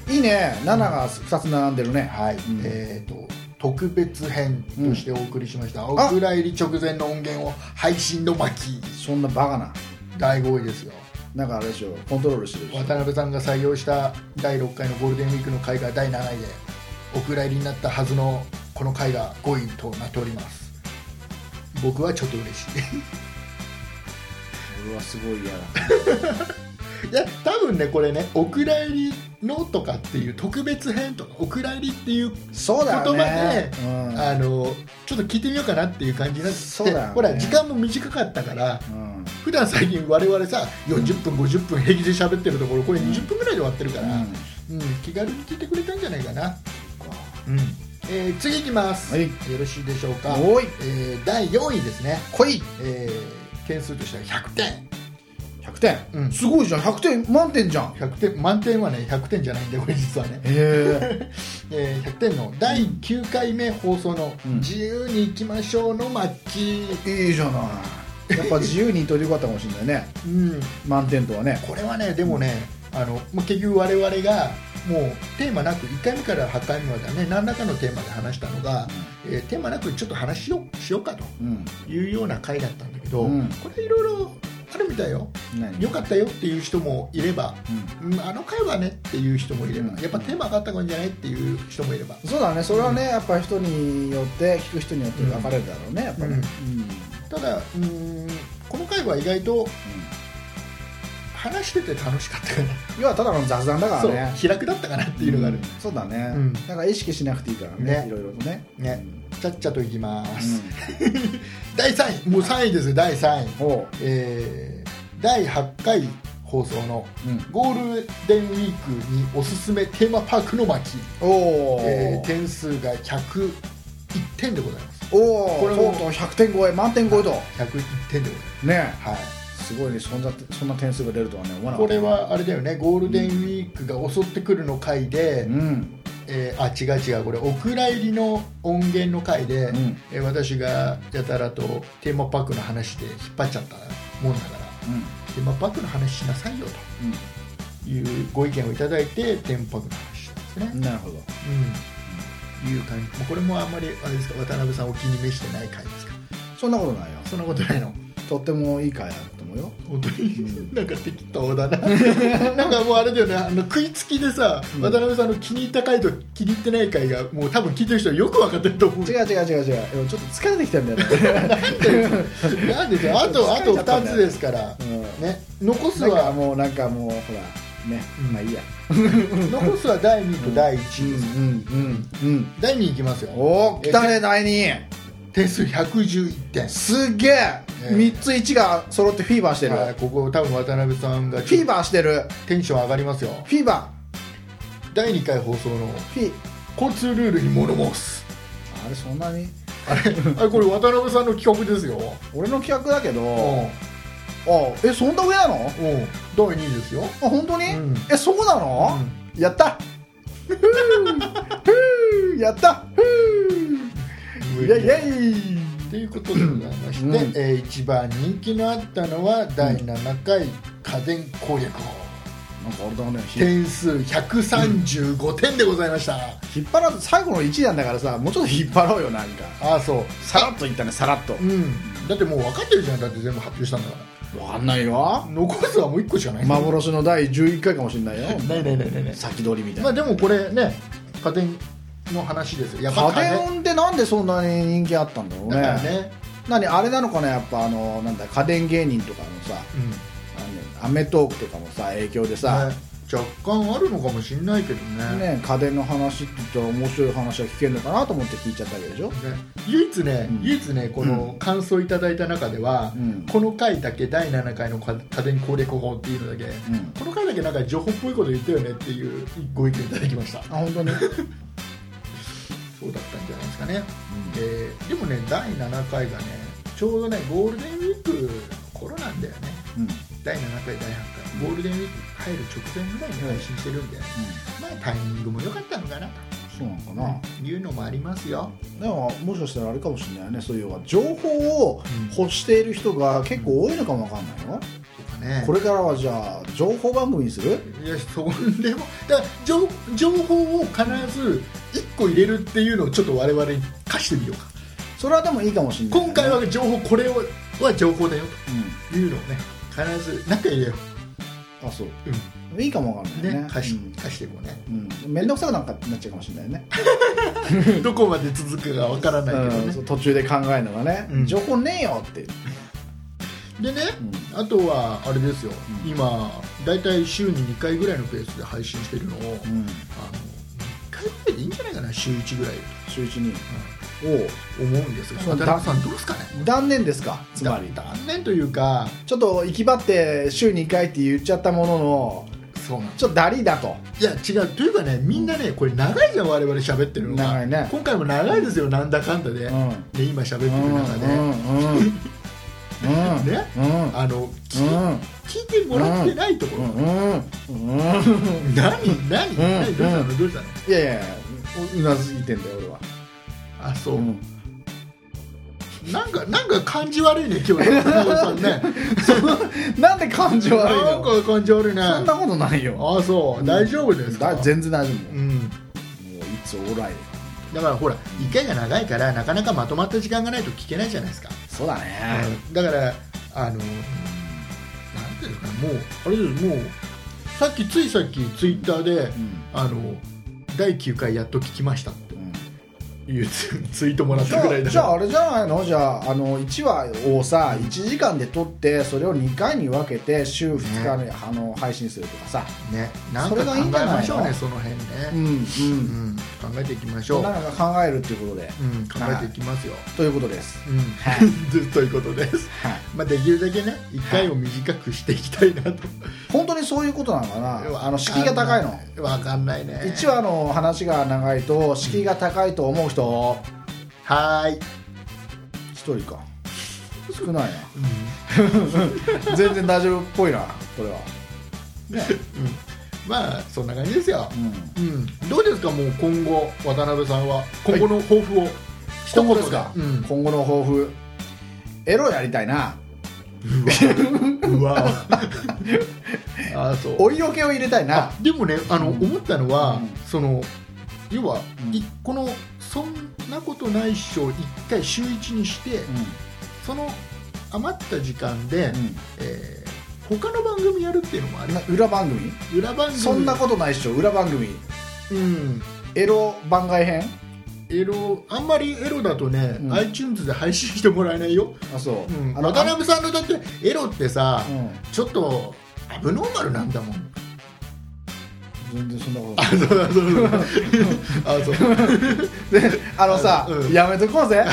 Speaker 1: いいね7が2つ並んでるね、
Speaker 2: はい、
Speaker 1: うん
Speaker 2: えー、と特別編としてお送りしました、お
Speaker 1: あ
Speaker 2: 蔵入り直前の音源を配信の巻
Speaker 1: そんなバカな
Speaker 2: 第5位ですよ
Speaker 1: なんかあれでしょコントロールしてるでしょ
Speaker 2: 渡辺さんが採用した第6回のゴールデンウィークの回が第7位でお蔵入りになったはずのこの回が5位となっております僕はちょっと嬉しい
Speaker 1: 俺はすごい嫌だ
Speaker 2: いや多分ねこれね「お蔵入りの」とかっていう特別編とか「お蔵入り」っていう、
Speaker 1: そうだよね
Speaker 2: 言
Speaker 1: うん
Speaker 2: あのちょっと聞いてみようかなっていう感じになって
Speaker 1: そうだよね
Speaker 2: ほら時間も短かったから
Speaker 1: うん
Speaker 2: 普段最近我々さ40分50分平気で喋ってるところこれ20分ぐらいで終わってるから、
Speaker 1: うん
Speaker 2: うん、気軽に聞いてくれたんじゃないかな、うんえー次いきます、
Speaker 1: はい
Speaker 2: よろしいでしょうか、
Speaker 1: おい
Speaker 2: えー第4位ですね、
Speaker 1: 来い
Speaker 2: えー点数としては100点
Speaker 1: 100点、
Speaker 2: うん
Speaker 1: すごいじゃん100点満点じゃんへ
Speaker 2: 100点満点はね100点じゃないんでこれ実はね、
Speaker 1: え
Speaker 2: えー100点の第9回目放送の
Speaker 1: う
Speaker 2: 「
Speaker 1: ん
Speaker 2: 自由に行きましょう」のマッチ、
Speaker 1: いいじゃないやっぱ自由にいといてよかったかもしれないね
Speaker 2: うん、
Speaker 1: 満点とはね
Speaker 2: これはねでもねあのもう結局我々がもうテーマなく1回目から8回目まではね何らかのテーマで話したのが、えーテーマなくちょっと話しようしようかと
Speaker 1: うん
Speaker 2: いうような回だったんだけど、
Speaker 1: うん
Speaker 2: これいろいろあるみたいよ
Speaker 1: 何
Speaker 2: 良かったよっていう人もいれば、うん、あの回はねっていう人もいれば、
Speaker 1: うん
Speaker 2: やっぱテーマ上がったんじゃないっていう人もいれば、
Speaker 1: そうだねそれはね、やっぱ人によって聞く人によって分かれるだろうねやっぱね、うん
Speaker 2: ただうーんこの回は意外と話してて楽しかったかな、
Speaker 1: 要はただの雑談だから
Speaker 2: そう
Speaker 1: ね
Speaker 2: 気楽だったかなっていうのがある、
Speaker 1: うんそうだね、
Speaker 2: うん
Speaker 1: だから意識しなくていいからね
Speaker 2: ね
Speaker 1: いろいろとね
Speaker 2: ねちゃっちゃといきます、
Speaker 1: う
Speaker 2: 第3位もう3位ですよ第3位
Speaker 1: ん、おう、
Speaker 2: えー第8回放送の
Speaker 1: うん、
Speaker 2: ゴールデンウィークにおすすめテーマパークの巻、
Speaker 1: おお、
Speaker 2: えー点数が101点でございます
Speaker 1: おお
Speaker 2: これも
Speaker 1: とうとう100点超え満点超えと
Speaker 2: 101点でござい
Speaker 1: ね
Speaker 2: ます、はい
Speaker 1: すごいねそんなそんな点数が出るとはね思わなか
Speaker 2: こ
Speaker 1: った
Speaker 2: れはあれだよねゴールデンウィークが襲ってくるの回で、
Speaker 1: うん
Speaker 2: えーあ違う違うこれお蔵入りの音源の回で、
Speaker 1: うん
Speaker 2: えー私がやたらとテーマパークの話で引っ張っちゃったもんだから
Speaker 1: うん
Speaker 2: テーマパークの話しなさいよというご意見をいただいてテーマパークの話したんですね
Speaker 1: う、んなるほど
Speaker 2: うんいう感じもうこれもあんまりあれですか渡辺さんお気に召してない回ですか
Speaker 1: そんなことないよ
Speaker 2: そんなことないの
Speaker 1: とってもいい回だと思うよ
Speaker 2: 本当になんか適当だな なんかもうあれだよねあの食いつきでさ、
Speaker 1: うん
Speaker 2: 渡辺さんの気に入った回と気に入ってない回がもう多分聞いてる人はよく分かってると思う
Speaker 1: 違う違う違う違うでもちょっと疲れてきたんだよ ね
Speaker 2: なんでしょうあとあ
Speaker 1: 疲れ
Speaker 2: と
Speaker 1: ちゃった
Speaker 2: 2
Speaker 1: んだよ
Speaker 2: つですから、
Speaker 1: うん
Speaker 2: ね残す
Speaker 1: なんか
Speaker 2: は
Speaker 1: もうなんかもうほらね
Speaker 2: うん
Speaker 1: まあいいや
Speaker 2: 残すは第2と第
Speaker 1: う
Speaker 2: 1、
Speaker 1: んうんうんうん
Speaker 2: 第2いきますよ
Speaker 1: おお来たね第2
Speaker 2: 点数111点
Speaker 1: すっげえ
Speaker 2: え
Speaker 1: 3つ1が揃ってフィーバーしてる
Speaker 2: はいここ多分渡辺さんが
Speaker 1: フィーバーしてる
Speaker 2: テンション上がりますよ
Speaker 1: フィーバ
Speaker 2: 第2回放送の
Speaker 1: ーフィ
Speaker 2: 交通ルールに物 申す
Speaker 1: あれそんなに
Speaker 2: あれあれこれ渡辺さんの企画ですよ
Speaker 1: 俺の企画だけど
Speaker 2: うん
Speaker 1: あえそんな上なの
Speaker 2: うん第2位ですよ
Speaker 1: あ本当に、
Speaker 2: うん
Speaker 1: えそうなの、やったふぅふぅやったふぅイェイイェイ
Speaker 2: ということでございまして、
Speaker 1: うん
Speaker 2: えー一番人気のあったのは第7回家電攻略法、
Speaker 1: なんかあれだねひ
Speaker 2: 点数135点でございました、
Speaker 1: 引っ張らず最後の1なんだからさもうちょっと引っ張ろうよなんか
Speaker 2: ああそう
Speaker 1: さらっといったねさらっと
Speaker 2: うんだってもう分かってるじゃんだって全部発表したんだか
Speaker 1: わかんない
Speaker 2: ら
Speaker 1: よ
Speaker 2: 残すはもう1個しかない
Speaker 1: 幻の第11回かもしれないよ
Speaker 2: ないないないないない
Speaker 1: 先取りみたい
Speaker 2: まあ
Speaker 1: な
Speaker 2: でもこれね家電の話ですよやっぱ
Speaker 1: 家
Speaker 2: 家電
Speaker 1: 電ってなんでそんなに人気あったんだろう
Speaker 2: だ
Speaker 1: ね
Speaker 2: からね、
Speaker 1: 何あれなのかなやっぱあのなんだ家電芸人とかのさ
Speaker 2: うん
Speaker 1: あのアメトーークとかのさ影響でさ、
Speaker 2: ね若干あるのかもしれないけどね
Speaker 1: ね、家電の話って言ったら面白い話が聞けるのかなと思って聞いちゃったわけでしょ
Speaker 2: ね唯一ね、
Speaker 1: うん
Speaker 2: 唯一ねこの感想いただいた中では、
Speaker 1: うん
Speaker 2: この回だけ第7回の家家電攻略法っていうのだけ、この回だけなんか情報っぽいこと言ったよねっていうご意見いただきました
Speaker 1: あ本当に
Speaker 2: そうだったんじゃないですかね、えーでもね第7回がねちょうどねゴールデンウィークの頃なんだよね
Speaker 1: うん
Speaker 2: 第7回第8回ゴールデンウィーク入る直前ぐらいに配信してるんで、まあタイミングも良かったのかな
Speaker 1: そうなのか
Speaker 2: と、
Speaker 1: な、
Speaker 2: いうのもありますよ
Speaker 1: でももしかしたらあれかもしれないねそういうのが情報を欲している人が結構多いのかもわかんないよ、
Speaker 2: とかね
Speaker 1: これからはじゃあ情報番組にする
Speaker 2: いやそんでもだから情情報を必ず1個入れるっていうのをちょっと我々に課してみようか
Speaker 1: それはでもいいかもしれないね、
Speaker 2: 今回
Speaker 1: うん
Speaker 2: は情報これをは情報だよというのをね必ず何か入れよ
Speaker 1: あそう
Speaker 2: う、
Speaker 1: いいかもわかん
Speaker 2: うん
Speaker 1: ないね
Speaker 2: ね課し
Speaker 1: うん
Speaker 2: 課していこうね
Speaker 1: うん、面倒くさくなんかなっちゃうかもしれないね
Speaker 2: どこまで続くかわからないけど
Speaker 1: うん
Speaker 2: ね
Speaker 1: そう途中で考えるのがね、
Speaker 2: うん
Speaker 1: 情報ねえよって、
Speaker 2: でね
Speaker 1: うん
Speaker 2: あとはあれですよ
Speaker 1: うん
Speaker 2: 今大体週に2回ぐらいのペースで配信してるのを、あの
Speaker 1: ん、
Speaker 2: 1回ぐらいでいいんじゃないかな週1ぐらいと、
Speaker 1: 週一に、お
Speaker 2: うん思うんですが
Speaker 1: そう
Speaker 2: 渡辺さんどうですかね
Speaker 1: お断念ですかつまり
Speaker 2: だ断念というか
Speaker 1: ちょっと行き場って週2回って言っちゃったものの
Speaker 2: そうなん
Speaker 1: ちょっとダリだと
Speaker 2: いや違うというかねみんなねこれ長いじゃん我々喋ってるのが
Speaker 1: 長いね
Speaker 2: 今回も長いですよなんだかんだで、
Speaker 1: う
Speaker 2: ね
Speaker 1: ん
Speaker 2: 今喋ってる中で、
Speaker 1: うんうんうん
Speaker 2: ね
Speaker 1: うん
Speaker 2: あの聞,、
Speaker 1: うん
Speaker 2: 聞いてもらってないところ、
Speaker 1: うんうん
Speaker 2: 何何、
Speaker 1: うん
Speaker 2: 何どうしたのどうしたの
Speaker 1: いやいやうなずいてんだよ俺は
Speaker 2: あそう、
Speaker 1: うん
Speaker 2: なんかなんか感じ悪いね今 日の渡辺さんね
Speaker 1: なんで感情悪い
Speaker 2: な
Speaker 1: の
Speaker 2: んか感じ悪いね
Speaker 1: そんな
Speaker 2: あ
Speaker 1: ことないよ
Speaker 2: そう大丈夫ですか
Speaker 1: だ全然大丈夫
Speaker 2: う
Speaker 1: も
Speaker 2: ん
Speaker 1: ういつオーライ
Speaker 2: だからほら1回が長いからなかなかまとまった時間がないと聞けないじゃないですか
Speaker 1: そうだね
Speaker 2: だからあのなんていうのかなもうあれですもうさっきついさっきツイッターで、
Speaker 1: うん
Speaker 2: あの第9回やっと聞きましたって
Speaker 1: うん
Speaker 2: いう ツツイートもらっ
Speaker 1: じ
Speaker 2: た
Speaker 1: ゃ
Speaker 2: ぐらい
Speaker 1: あ
Speaker 2: だ
Speaker 1: じゃあ
Speaker 2: か
Speaker 1: あれじゃないのじゃああの1話をさ1時間で撮ってそれを2回に分けて週2日に、あの配信するとかさ
Speaker 2: らねなん
Speaker 1: そ
Speaker 2: か
Speaker 1: れ
Speaker 2: 考
Speaker 1: がいい
Speaker 2: え
Speaker 1: んじゃないの
Speaker 2: ましょうねその辺
Speaker 1: う
Speaker 2: ね、
Speaker 1: んう
Speaker 2: うん
Speaker 1: ん
Speaker 2: 考えていきまし
Speaker 1: そ
Speaker 2: ょ
Speaker 1: ん
Speaker 2: う、
Speaker 1: なのが考えるっていうことで
Speaker 2: うん、考えていきますよ、
Speaker 1: ということです
Speaker 2: うん
Speaker 1: はい
Speaker 2: ということです、
Speaker 1: はい
Speaker 2: まあ、できるだけね1回を短くしていきたいなと、
Speaker 1: 本当にそういうことなのかなあの敷居が高いの
Speaker 2: わかんないね
Speaker 1: 1話の話が長いと敷居が高いと思う人
Speaker 2: はーい、
Speaker 1: 1人か少ない な全然大丈夫っぽいなこれはね
Speaker 2: うん、まあそんな感じですよ
Speaker 1: う、 ん
Speaker 2: うん、どうですかもう今後渡辺さんは今後の抱負を一
Speaker 1: 今
Speaker 2: 言
Speaker 1: 後
Speaker 2: で
Speaker 1: ですか、
Speaker 2: うん
Speaker 1: 今後の抱負エロやりたいな
Speaker 2: うわ あそう
Speaker 1: お色気を入れたいな
Speaker 2: あでもねあの、
Speaker 1: うん
Speaker 2: 思ったのは、
Speaker 1: うん
Speaker 2: その要は、
Speaker 1: うん
Speaker 2: いこの「そんなことないっしょ」1回週1にして、
Speaker 1: う
Speaker 2: その余った時間で、
Speaker 1: ん、
Speaker 2: えー他の番組やるっていうのもあり
Speaker 1: な裏番組
Speaker 2: 裏番組
Speaker 1: そんなことないっしょ裏番組
Speaker 2: うん
Speaker 1: エロ番外編
Speaker 2: エロあんまりエロだとね、
Speaker 1: うん
Speaker 2: iTunes で配信してもらえないよ、
Speaker 1: あそう、
Speaker 2: うん、
Speaker 1: あの
Speaker 2: 渡辺さんのだってエロってさ、
Speaker 1: うん
Speaker 2: ちょっとアブノーマルなんだもん
Speaker 1: 全 然そんなこと
Speaker 2: あ
Speaker 1: ない
Speaker 2: そうだそうだ あそう
Speaker 1: であのさ、
Speaker 2: うん
Speaker 1: やめとこう ぜ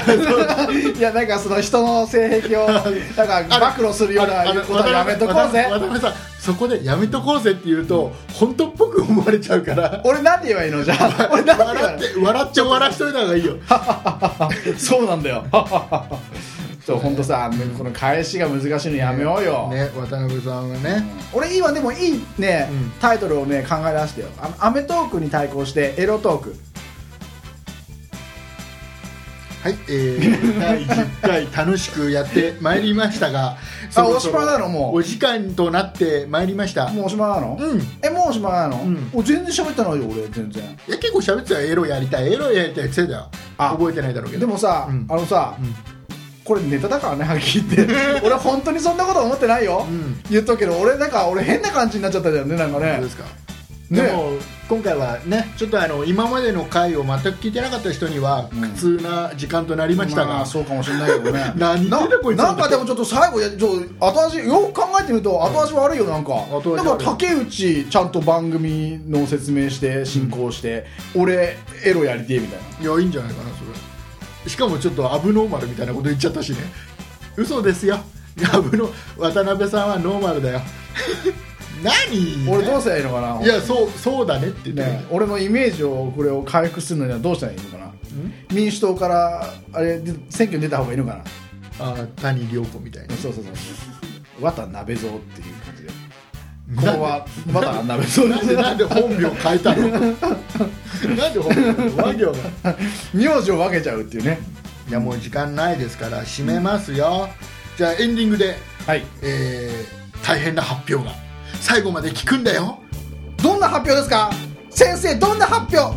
Speaker 1: いやなんかその人の性癖をなんか暴露するような
Speaker 2: あの
Speaker 1: ことはやめとこうぜ
Speaker 2: 渡辺渡辺さんそこでやめとこうぜって言うと本当っぽく思われちゃうから
Speaker 1: 俺なんて言えばいいのじゃ あ俺なんて言えばいい
Speaker 2: 笑って笑って終わらしといた方がいいよ
Speaker 1: のそうなんだよ そう本当さ、この返しが難しいのやめようよ、
Speaker 2: ね渡辺さんはね
Speaker 1: 俺今でもいいね、
Speaker 2: うん
Speaker 1: タイトルをね考え出してよあのアメトークに対抗してエロトーク
Speaker 2: はいえー第10回楽しくやってまいりましたがそろそろ
Speaker 1: おしまいなのもう
Speaker 2: お時間となってまいりました
Speaker 1: もうおしまいなの、
Speaker 2: うん
Speaker 1: えもうおしまいなの、
Speaker 2: うん
Speaker 1: お全然喋ってないよ俺全然
Speaker 2: いや結構喋ってたよエロやりたいエロやりたいって言ってたよ
Speaker 1: あ
Speaker 2: 覚えてないだろうけど
Speaker 1: でもさ、
Speaker 2: うん
Speaker 1: あのさ、
Speaker 2: うん
Speaker 1: これネタだからねはっきり言って俺本当にそんなこと思ってないよ、
Speaker 2: うん
Speaker 1: 言っとくけど俺なんか俺変な感じになっちゃったじゃんねなんか
Speaker 2: どうで
Speaker 1: ね
Speaker 2: すか
Speaker 1: ね
Speaker 2: でも今回はねちょっとあの今までの回を全く聞いてなかった人には
Speaker 1: うん
Speaker 2: 苦痛な時間となりました
Speaker 1: ま
Speaker 2: が、
Speaker 1: あそうかもしれないけど ね
Speaker 2: 何言ってんだこいつ
Speaker 1: ななんかでもちょっと最後いやちょっと後味よく考えてみると後味悪いよなんか
Speaker 2: 後味悪
Speaker 1: だ
Speaker 2: い
Speaker 1: から竹内ちゃんと番組の説明して進行して、俺エロやりてえみたいない
Speaker 2: やいいんじゃないかなそれしかもちょっとアブノーマルみたいなこと言っちゃったしね嘘ですよアブの渡辺さんはノーマルだ よ何
Speaker 1: 俺どうすりゃいいのかない
Speaker 2: やそうそうだねって言って
Speaker 1: ね、俺のイメージをこれを回復するのにはどうしたらいいのかな民主党からあれで選挙に出た方がいいのか
Speaker 2: あー谷涼子みたいな
Speaker 1: なそうそうそう渡鍋蔵っていう感じでここ は渡鍋蔵
Speaker 2: なんでなんで本名変えた のなんで本名わけわかんない
Speaker 1: 名字を分けちゃうっていうね
Speaker 2: いやもう時間ないですから締めますよ、じゃあエンディングで、
Speaker 1: はい
Speaker 2: えー大変な発表が最後まで聞くんだよ
Speaker 1: どんな発表ですか先生どんな発表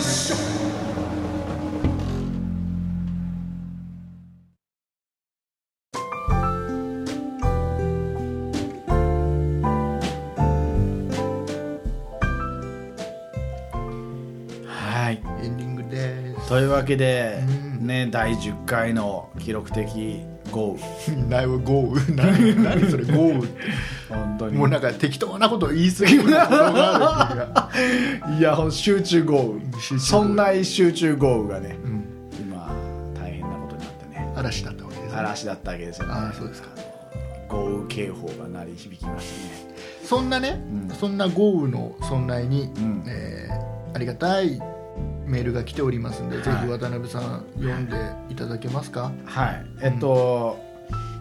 Speaker 2: そん
Speaker 1: というわけで、
Speaker 2: うん
Speaker 1: ね第10回の記録的豪雨
Speaker 2: 内容豪雨何 何それ豪雨
Speaker 1: 本当に
Speaker 2: もうなんか適当なこと言い過ぎるな
Speaker 1: いやほん集中豪雨
Speaker 2: 集中豪雨
Speaker 1: そんな集中豪雨がね
Speaker 2: うん、
Speaker 1: 今大変なことになってね
Speaker 2: 嵐だったわけです、ね、
Speaker 1: 嵐だったわけですよね
Speaker 2: ああそうですか
Speaker 1: 豪雨警報が鳴り響きまし
Speaker 2: そんなね、
Speaker 1: うん
Speaker 2: そんな豪雨の存在に、
Speaker 1: ん
Speaker 2: えーありがたいメールが来ておりますんで、ぜ
Speaker 1: はい
Speaker 2: ひ渡辺さん読んでいただけますか、
Speaker 1: たねはいえっと、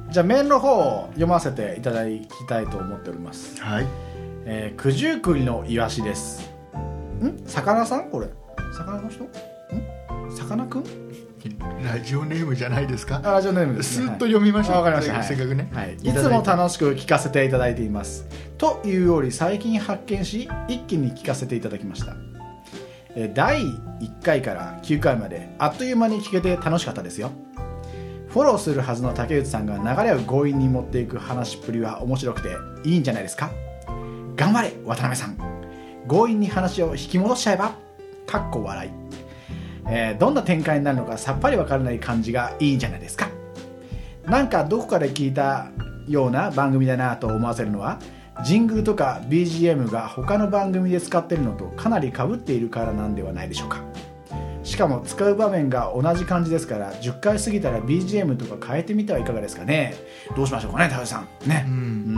Speaker 1: じゃあメールの方を読ませていただきたいと思っております、
Speaker 2: はい、
Speaker 1: えー、九十九里のイワシですん魚さんこれ魚の人ん魚くん
Speaker 2: ラジオネームじゃないですか
Speaker 1: あラジオネームです
Speaker 2: ス
Speaker 1: ね、
Speaker 2: ー
Speaker 1: は
Speaker 2: ッ
Speaker 1: い
Speaker 2: と読みましょう、
Speaker 1: わかりました。
Speaker 2: せっかくね、
Speaker 1: はい、い
Speaker 2: ただ
Speaker 1: つも
Speaker 2: て
Speaker 1: 楽しく聞かせていただいています。というより最近発見し一気に聞かせていただきました。えー第1回から9回まであっという間に聞けて楽しかったですよ。フォローするはずの竹内さんが流れを強引に持っていく話っぷりは面白くていいんじゃないですか頑張れ渡辺さん強引に話を引き戻しちゃえばかっこ笑い、えーどんな展開になるのかさっぱりわからない感じがいいんじゃないですかなんかどこかで聞いたような番組だなと思わせるのはジングルとか BGM が他の番組で使ってるのとかなり被っているからなんではないでしょうかしかも使う場面が同じ感じですから10回過ぎたら BGM とか変えてみてはいかがですかねどうしましょうかね田辺さんね、
Speaker 2: うん
Speaker 1: うん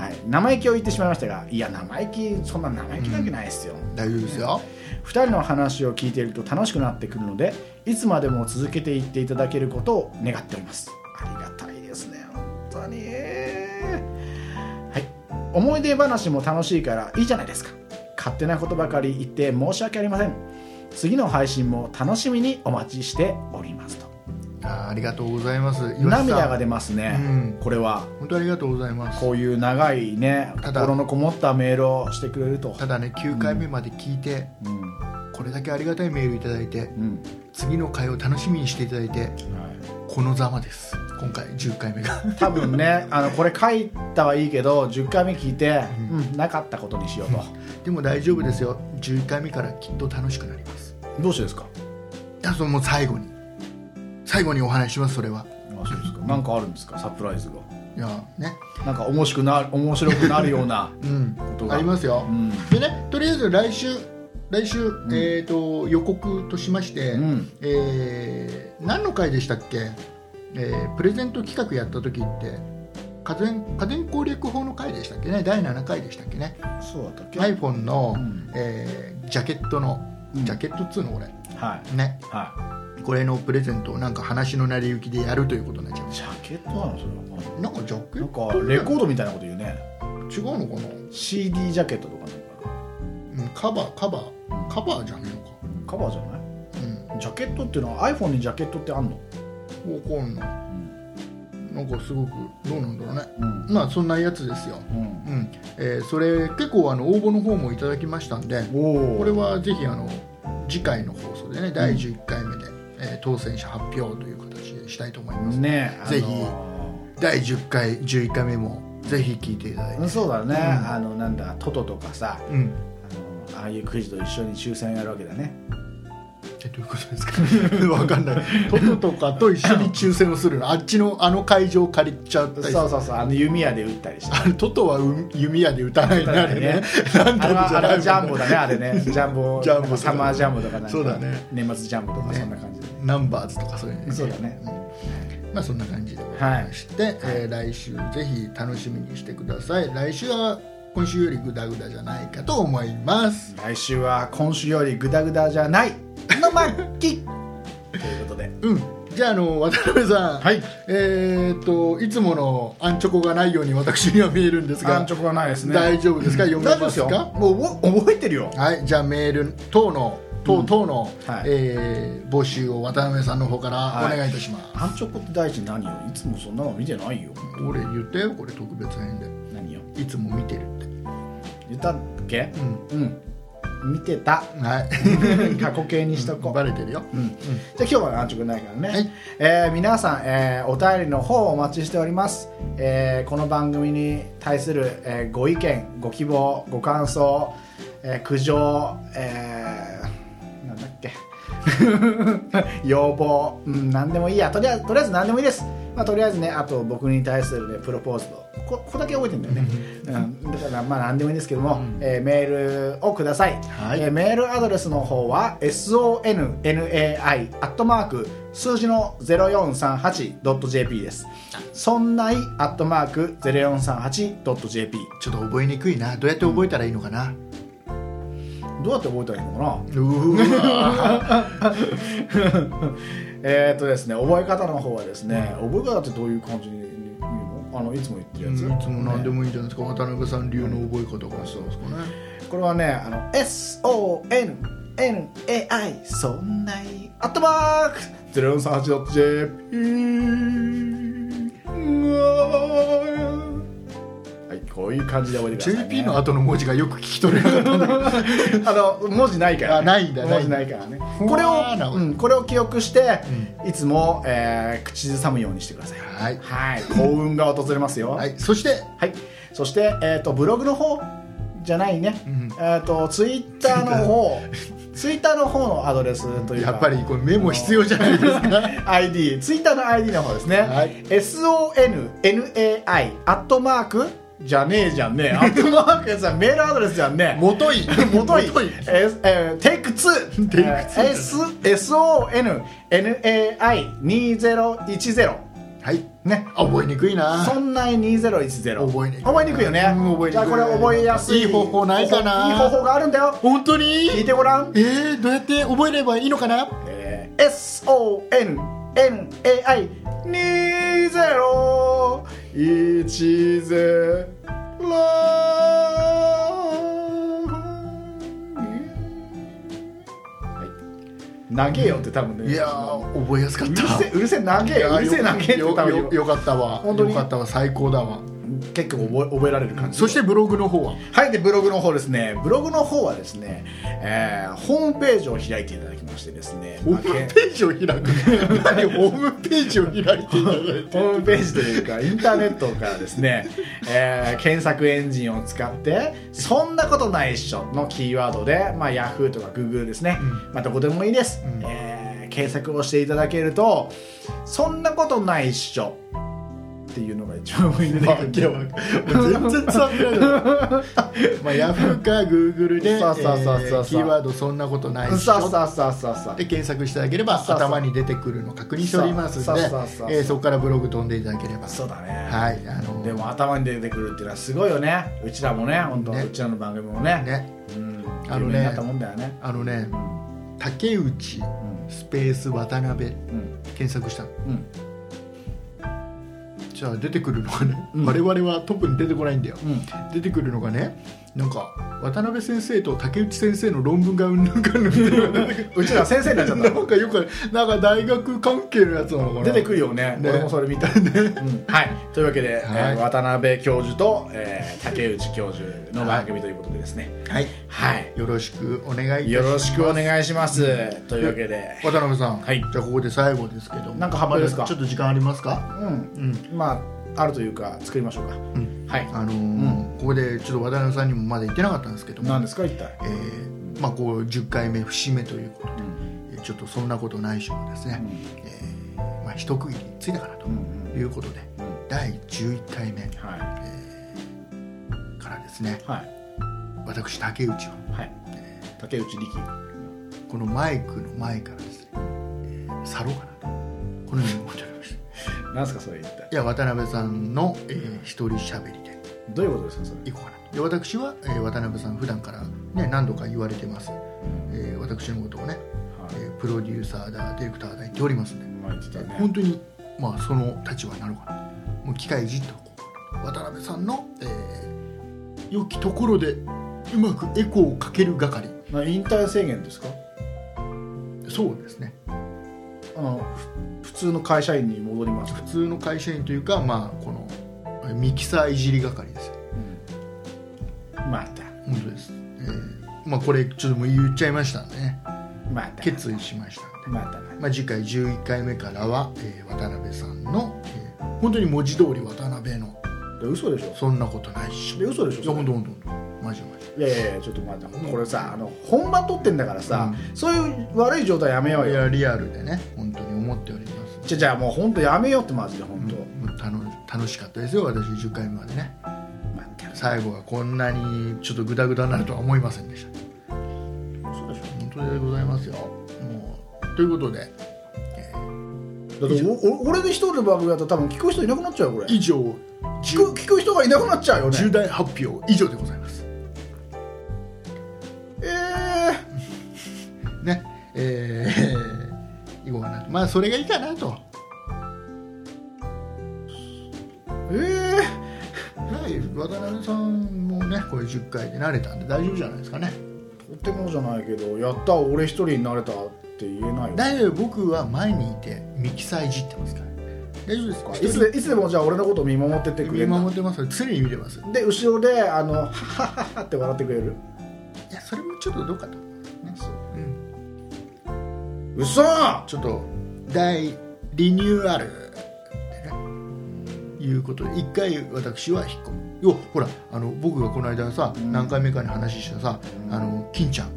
Speaker 1: はい、生意気を言ってしまいましたがいや生意気そんな生意気なわけないですよ、
Speaker 2: 大丈夫ですよ
Speaker 1: 2人の話を聞いていると楽しくなってくるのでいつまでも続けていっていただけることを願っておりますありがたいですね本当にはい思い出話も楽しいからいいじゃないですか勝手なことばかり言って申し訳ありません次の配信も楽しみにお待ちしておりますと
Speaker 2: あーありがとうございます
Speaker 1: 涙が
Speaker 2: 出
Speaker 1: 出ますね、
Speaker 2: うん
Speaker 1: これは
Speaker 2: 本当ありがとうございます
Speaker 1: こういう長いね
Speaker 2: ただ
Speaker 1: 心のこもったメールをしてくれると
Speaker 2: ただね9回目まで聞いて、
Speaker 1: うん
Speaker 2: これだけありがたいメールいただいて
Speaker 1: うん
Speaker 2: 次の回を楽しみにしていただいてこのざまです今回10回 目が
Speaker 1: 多分ねあのこれ書いたはいいけど10回目聞いて、うんなかったことにしようと、
Speaker 2: でも大丈夫ですよ11回目からきっと楽しくなります
Speaker 1: どうしてですか
Speaker 2: いやそのもう最後に最後にお話ししますそれは
Speaker 1: あそうですかなんかあるんですかサプライズが
Speaker 2: いやね
Speaker 1: なんか面白くな面白くなる ような
Speaker 2: うん
Speaker 1: ことが
Speaker 2: ありますよ、
Speaker 1: うん
Speaker 2: でねとりあえず来週来週、えー、と予告としまして、
Speaker 1: うん
Speaker 2: えー何の回でしたっけ、えープレゼント企画やった時って家電家電攻略法の回でしたっけね第7回でしたっけね
Speaker 1: そうだったっけはい
Speaker 2: iPhone の、
Speaker 1: うん
Speaker 2: えージャケットの
Speaker 1: うん
Speaker 2: ジャケットっつうのこれ
Speaker 1: は
Speaker 2: ね
Speaker 1: い
Speaker 2: これのプレゼントをなんか話の成り行きでやるということになっちゃいま
Speaker 1: ジャケットなのそれは
Speaker 2: すなんかジャケ
Speaker 1: な
Speaker 2: ッ
Speaker 1: ん
Speaker 2: ト
Speaker 1: かレコードみたいなこと言うね
Speaker 2: 違うのかな、
Speaker 1: CD ジャケットとかなのか
Speaker 2: うん、カバーカバーカバーじゃねえのか
Speaker 1: なカバーじゃない
Speaker 2: うん
Speaker 1: ジャケットっていうのは iPhone にジャケットってあんの
Speaker 2: わかんないなんかすごくどうなんだろうね
Speaker 1: うん
Speaker 2: まあそんなやつですよ、
Speaker 1: うん
Speaker 2: うんえーそれ結構あの応募の方もいただきましたんで
Speaker 1: おお
Speaker 2: これはぜひあの次回の放送でね第11回目で、えー当選者発表という形でしたいと思います、
Speaker 1: ねえ
Speaker 2: ぜひ
Speaker 1: あの
Speaker 2: 第10回11回目もぜひ聞いていただいて
Speaker 1: ーそうだね、
Speaker 2: うん
Speaker 1: あのなんだトトとかさ
Speaker 2: うん
Speaker 1: あのああいうクイズと一緒に抽選やるわけだね
Speaker 2: えどういうことですかわかん ないトトとかと一緒に抽選をするのあっちのあの会場借りちゃった
Speaker 1: そう
Speaker 2: りする
Speaker 1: そうそうあの弓矢で打ったりして
Speaker 2: あれトトはう弓矢で打たないねあれね なん
Speaker 1: あ
Speaker 2: と
Speaker 1: れはあれはジャンボ
Speaker 2: もん
Speaker 1: だねあれねジャンボ
Speaker 2: ジャンボとか
Speaker 1: サマージャンボとかなんか
Speaker 2: そうだね
Speaker 1: 年末ジャンボとか
Speaker 2: ね
Speaker 1: そんな感じでね
Speaker 2: ナンバーズとかそういうね
Speaker 1: そうだね
Speaker 2: まあそんな感じでございまして、えー来週ぜひ楽しみにしてください来週は今週よりグダグダじゃないかと思います
Speaker 1: 来週は今週よりグダグダじゃないの巻ということで
Speaker 2: うんじゃああの渡辺さん、
Speaker 1: はい
Speaker 2: えーっといつものアンチョコがないように私には見えるんですが
Speaker 1: 安直はないですね
Speaker 2: 大丈夫ですか読め
Speaker 1: 大丈夫
Speaker 2: ま
Speaker 1: です
Speaker 2: す
Speaker 1: よ
Speaker 2: か
Speaker 1: もう覚覚えてるよ
Speaker 2: はいじゃあメール等の等等の、
Speaker 1: はい
Speaker 2: えー募集を渡辺さんの方からお願いいたします、
Speaker 1: 安直って大事何よいつもそんなの見てないよ
Speaker 2: 俺言ったよこれ特別編で
Speaker 1: 何よ
Speaker 2: いつも見てるって
Speaker 1: 言ったっけ
Speaker 2: う
Speaker 1: うん見てた
Speaker 2: んはい
Speaker 1: 過去形にしとこう
Speaker 2: バレてるよ、
Speaker 1: うんじゃあ今日は安直ないからね、
Speaker 2: はい
Speaker 1: えー皆さん、えーお便りの方をお待ちしております、えーこの番組に対する、えーご意見ご希望ご感想、えー苦情、えーなんだっけ 要望、うん、何でもいいやとりあえずとりあえず何でもいいです、まあ、とりあえずねあと僕に対する、ね、プロポーズとこここだけ覚えてんだよね、うん、だからまあ何でもいいんですけども、えーメールをください、
Speaker 2: はい
Speaker 1: えーメールアドレスの方は sonnai アットマーク数字の 0438.jp ですそんないアットマーク 0438.jp
Speaker 2: ちょっと覚えにくいなどうやって覚えたらいいのかな、
Speaker 1: どうやって覚えたらいいのかな
Speaker 2: うわ
Speaker 1: えーっとですね覚え方の方はですね、覚え方ってどういう感じに言うのあのいつも言 ってる
Speaker 2: い
Speaker 1: やつ、
Speaker 2: つも何でもいいじゃないですか渡辺さん流の覚え方からしたんですかね
Speaker 1: これはねあの SONNAI そんないアットマーク 0438.jp はいこういう感じで覚えてください、ね、
Speaker 2: JP の後の文字がよく聞き取れなかったね
Speaker 1: あの文字ないから、
Speaker 2: あないんだ
Speaker 1: 文字ないからね
Speaker 2: ふ
Speaker 1: これを
Speaker 2: わーな、
Speaker 1: うん、これを記憶して、いつも、えー口ずさむようにしてください
Speaker 2: はい
Speaker 1: はい幸運が訪れますよ
Speaker 2: はいそして
Speaker 1: はい、そして、えー、とブログの方じゃないね、
Speaker 2: ん
Speaker 1: えー、とツイッターの 方ツイッターの方のアドレスというか
Speaker 2: やっ ぱりこれメモ必要じゃないですか
Speaker 1: ID ツイッターの ID の方ですね、
Speaker 2: はい
Speaker 1: SONNAI アットマークじゃねえじゃん ねえアットマークさメールアドレスじゃんねえ
Speaker 2: もとい
Speaker 1: もとい
Speaker 2: もとい、
Speaker 1: ええー、テイク2
Speaker 2: Take two
Speaker 1: SONNAI2010
Speaker 2: はい
Speaker 1: ね
Speaker 2: あ覚えにくいな
Speaker 1: そんな2010
Speaker 2: 覚えにくい
Speaker 1: 覚えにくいよね
Speaker 2: うん覚えに
Speaker 1: じ
Speaker 2: くい
Speaker 1: ゃあこれ覚えやすい
Speaker 2: いい方法ないかない
Speaker 1: い方法があるんだよ
Speaker 2: 本当に
Speaker 1: 聞いてごらん、
Speaker 2: えー、どうやって覚えればいいのかな
Speaker 1: えー、SONNAI2010 はい長えよって多分ね
Speaker 2: いやー覚えやすか
Speaker 1: う
Speaker 2: っ
Speaker 1: る
Speaker 2: た
Speaker 1: せえうるせえ長えうるせえ長えって多
Speaker 2: よよよ
Speaker 1: 分
Speaker 2: よかったわ
Speaker 1: 本当に
Speaker 2: よかったわ最高だわ
Speaker 1: 結構覚え覚えられる感じ
Speaker 2: そしてブログの方は
Speaker 1: はい、でブログの方ですね、ブログの方はですね、えーホームページを開いていただきましてですね、
Speaker 2: ホームページを開く何ホームページを開いていただいて
Speaker 1: ホームページというか、インターネットからですね、えー検索エンジンを使って、そんなことないっしょのキーワードで、まあ、Yahoo とか Google ですね、まあ、どこでもいいです、
Speaker 2: うん
Speaker 1: えー検索をしていただけると、そんなことないっしょっていうのが一番上に出て
Speaker 2: わ
Speaker 1: くるん
Speaker 2: け
Speaker 1: で
Speaker 2: わかんない全然伝わってないなまあヤフーかグーグルでえ
Speaker 1: そうそうそうそうそう
Speaker 2: ーキーワードそんなことないっし
Speaker 1: さあ
Speaker 2: ょ
Speaker 1: さあさあさあさあ
Speaker 2: で検索していただければ
Speaker 1: そうそう
Speaker 2: 頭に出てくるの確認しております
Speaker 1: そ
Speaker 2: の
Speaker 1: う
Speaker 2: で
Speaker 1: そうそうそう
Speaker 2: えーそこからブログ飛んでいただければ
Speaker 1: そうだね。
Speaker 2: はいあの
Speaker 1: でも頭に出てくるっていうのはすごいよねうちらもね本当、
Speaker 2: ね
Speaker 1: うちらの番組もね
Speaker 2: ね
Speaker 1: うん
Speaker 2: あ
Speaker 1: 有
Speaker 2: のね
Speaker 1: 名になったもんだよね
Speaker 2: あのね
Speaker 1: うん
Speaker 2: 竹内スペース渡辺
Speaker 1: うん
Speaker 2: 検索したの
Speaker 1: うん
Speaker 2: じゃあ出てくるのがね、
Speaker 1: うん
Speaker 2: 我々は特に出てこないんだよ
Speaker 1: うん
Speaker 2: 出てくるのがねなんか渡辺先生と竹内先生の論文がうんぬんかんぬんっていうのが出 てくる
Speaker 1: うちら先生になっちゃった
Speaker 2: なんかよくなんか大学関係のやつなのかな
Speaker 1: 出てくるよね
Speaker 2: ね
Speaker 1: 俺もそれ見た、うんはいというわけで、えー
Speaker 2: はい
Speaker 1: 渡辺教授と、えー竹内教授の番組ということでですね
Speaker 2: はい
Speaker 1: はい、
Speaker 2: よろしくお願いいたします
Speaker 1: よろしくお願いします、というわけで
Speaker 2: 渡辺さん、
Speaker 1: はい
Speaker 2: じゃあここで最後ですけども
Speaker 1: なんか発表ですか
Speaker 2: まだちょっと時間ありますか
Speaker 1: うん
Speaker 2: うん、
Speaker 1: まああるというか作りましょうか、
Speaker 2: ん
Speaker 1: はい
Speaker 2: あのーここでちょっと渡辺さんにもまだ言ってなかったんですけども
Speaker 1: 何ですか一体
Speaker 2: えーまあ、こう10回目節目ということで、えーちょっとそんなことないしもですね、えーまあ、一区切りついたかなと
Speaker 1: うんうん
Speaker 2: いうことで、
Speaker 1: うん
Speaker 2: 第11回目
Speaker 1: は
Speaker 2: からですね
Speaker 1: いはい
Speaker 2: 私竹内は
Speaker 1: はい竹内力
Speaker 2: このマイクの前からですね、えー去ろうかなとこのように思っておりましたい
Speaker 1: なんすかそれ一体
Speaker 2: や渡辺さんの、えー一人しゃべりで
Speaker 1: どういうことですかそれ
Speaker 2: いこうかなとで私は、えー渡辺さん普段から、ね、何度か言われてます、えー私のことをね、え
Speaker 1: は
Speaker 2: ープロデューサーだディレクターだ言っておりますんで
Speaker 1: いまあ言ってたね
Speaker 2: 本当に、まあ、その立場になるかなもう機械いじっとこう渡辺さんの、えー良きところでうまくエコーをかける係
Speaker 1: まあ引退制限ですか
Speaker 2: そうですね
Speaker 1: あのふ普通の会社員に戻ります
Speaker 2: 普通の会社員というかまあこのミキサーいじり係です
Speaker 1: また
Speaker 2: 本当です、えーまあこれちょっともう言っちゃいましたんでね
Speaker 1: また
Speaker 2: 決意しましたんで、
Speaker 1: またま
Speaker 2: まあ、次回11回目からは、えー渡辺さんの、えー本当に文字通り渡辺の
Speaker 1: た嘘でしょ
Speaker 2: そんなことないっしょ
Speaker 1: で嘘でしょ
Speaker 2: いや本当本当本当マジマジ
Speaker 1: いやいやいやちょっと待ってこれさあの本番撮ってんだからさ、
Speaker 2: う
Speaker 1: そういう悪い状態やめよう
Speaker 2: い
Speaker 1: よ
Speaker 2: やリアルでね本当に思っております
Speaker 1: じゃあじゃあもう本当やめようってマジで本当、
Speaker 2: もう楽楽しかったですよ私10回目までね
Speaker 1: まったく
Speaker 2: 最後はこんなにちょっとグダグダになるとは思いませんでした
Speaker 1: そうでしょ
Speaker 2: 本当でございますよもうということで、えー
Speaker 1: だっておお俺で一人の番組だと多分聞く人いなくなっちゃうよこれ
Speaker 2: 以上
Speaker 1: 聞く聞く人がいなくなっちゃうよね
Speaker 2: 重大発表以上でございます
Speaker 1: え
Speaker 2: ねえー、 いこうかなまあそれがいいかなと
Speaker 1: ー、え
Speaker 2: はい渡辺さんもねこれ10回で慣れたんで大丈夫じゃないですかね
Speaker 1: ー、とってもじゃないけどやった俺一人になれたって言えないよ
Speaker 2: 大丈夫僕は前にいてミキサーいじってますから大丈夫ですか
Speaker 1: いつでいつでもじゃあ俺のことを見守ってて
Speaker 2: 一人
Speaker 1: く
Speaker 2: 見
Speaker 1: れる
Speaker 2: 守ってます常に見てますい
Speaker 1: で後ろであのハハハハって笑ってくれる
Speaker 2: やそれもちょっとどうかと思いますねうん
Speaker 1: 嘘
Speaker 2: ちょっと大リニューアルってねいうことで一回私は引っ込むよほらあの僕がこの間さ、
Speaker 1: ん
Speaker 2: 何回目かに話したさ、
Speaker 1: うん
Speaker 2: あの金ちゃん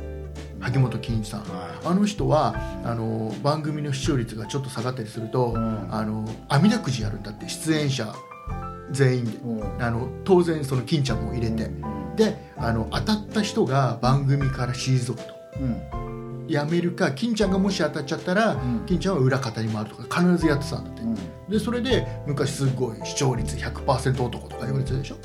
Speaker 2: 萩本欽一さん、
Speaker 1: はい
Speaker 2: あの人はあの番組の視聴率がちょっと下がったりすると、
Speaker 1: うん
Speaker 2: あの網だくじやるんだって出演者全員で、
Speaker 1: うん
Speaker 2: あの当然その金ちゃんも入れて、であの当たった人が番組から退くと
Speaker 1: うん
Speaker 2: やめるか金ちゃんがもし当たっちゃったら、
Speaker 1: ん
Speaker 2: 金ちゃんは裏方に回るとか必ずやってたんだって、
Speaker 1: うん
Speaker 2: でそれで昔すごい視聴率100%男とか言われてたでしょ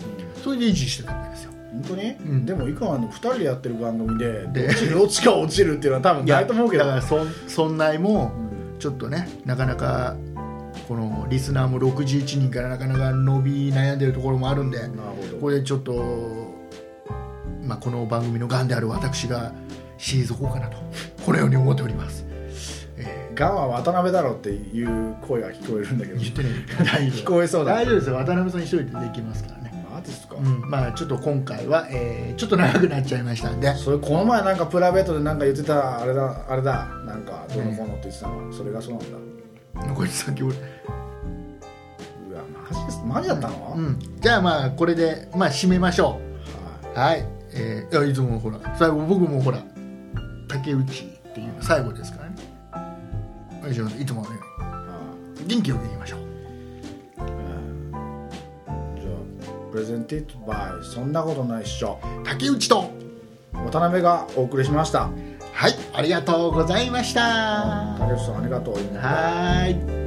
Speaker 2: それで維持してたわけですよ
Speaker 1: 本当に、
Speaker 2: うん
Speaker 1: でもいかは2人でやってる番組で
Speaker 2: で
Speaker 1: どっちにどっちか落ちるっていうのは多分ないと思うけど
Speaker 2: だからそんそんないも
Speaker 1: うん
Speaker 2: ちょっとねなかなかこのリスナーも61人からなかなか伸び悩んでるところもあるんで
Speaker 1: なる
Speaker 2: こ
Speaker 1: ほど
Speaker 2: こでちょっと、まあ、この番組のがんである私が退こうかなとこのように思っております、え
Speaker 1: ガンは渡辺だろっていう声が聞こえるんだけ
Speaker 2: ー
Speaker 1: ど
Speaker 2: 言ってね大丈
Speaker 1: 聞
Speaker 2: 夫
Speaker 1: こえそうだ
Speaker 2: 大丈夫ですよ渡辺さん一人でできますからね、
Speaker 1: マジっすか、
Speaker 2: うん、まあちょっと今回は、えーちょっと長くなっちゃいましたんで
Speaker 1: それこの前なんかプライベートでなんか言ってたあれだあれだなんかどうのこうのって言ってたの、それがそうなんだ
Speaker 2: 残り先俺、
Speaker 1: うわマジですマジだったの、
Speaker 2: う
Speaker 1: はい
Speaker 2: ん、じゃあまあこれでまあ締めましょうはい、えーいやいつもほら最後僕もほら竹内っていう最後ですからねお願いしますいつものよ
Speaker 1: あ
Speaker 2: うに元気よくいきましょう
Speaker 1: あうんじゃあプレゼンティッドバイそんなことないっしょ
Speaker 2: 竹内と
Speaker 1: 渡辺がお送りしました
Speaker 2: はい、ありがとうございました。
Speaker 1: 竹内さんありがとう
Speaker 2: はーい。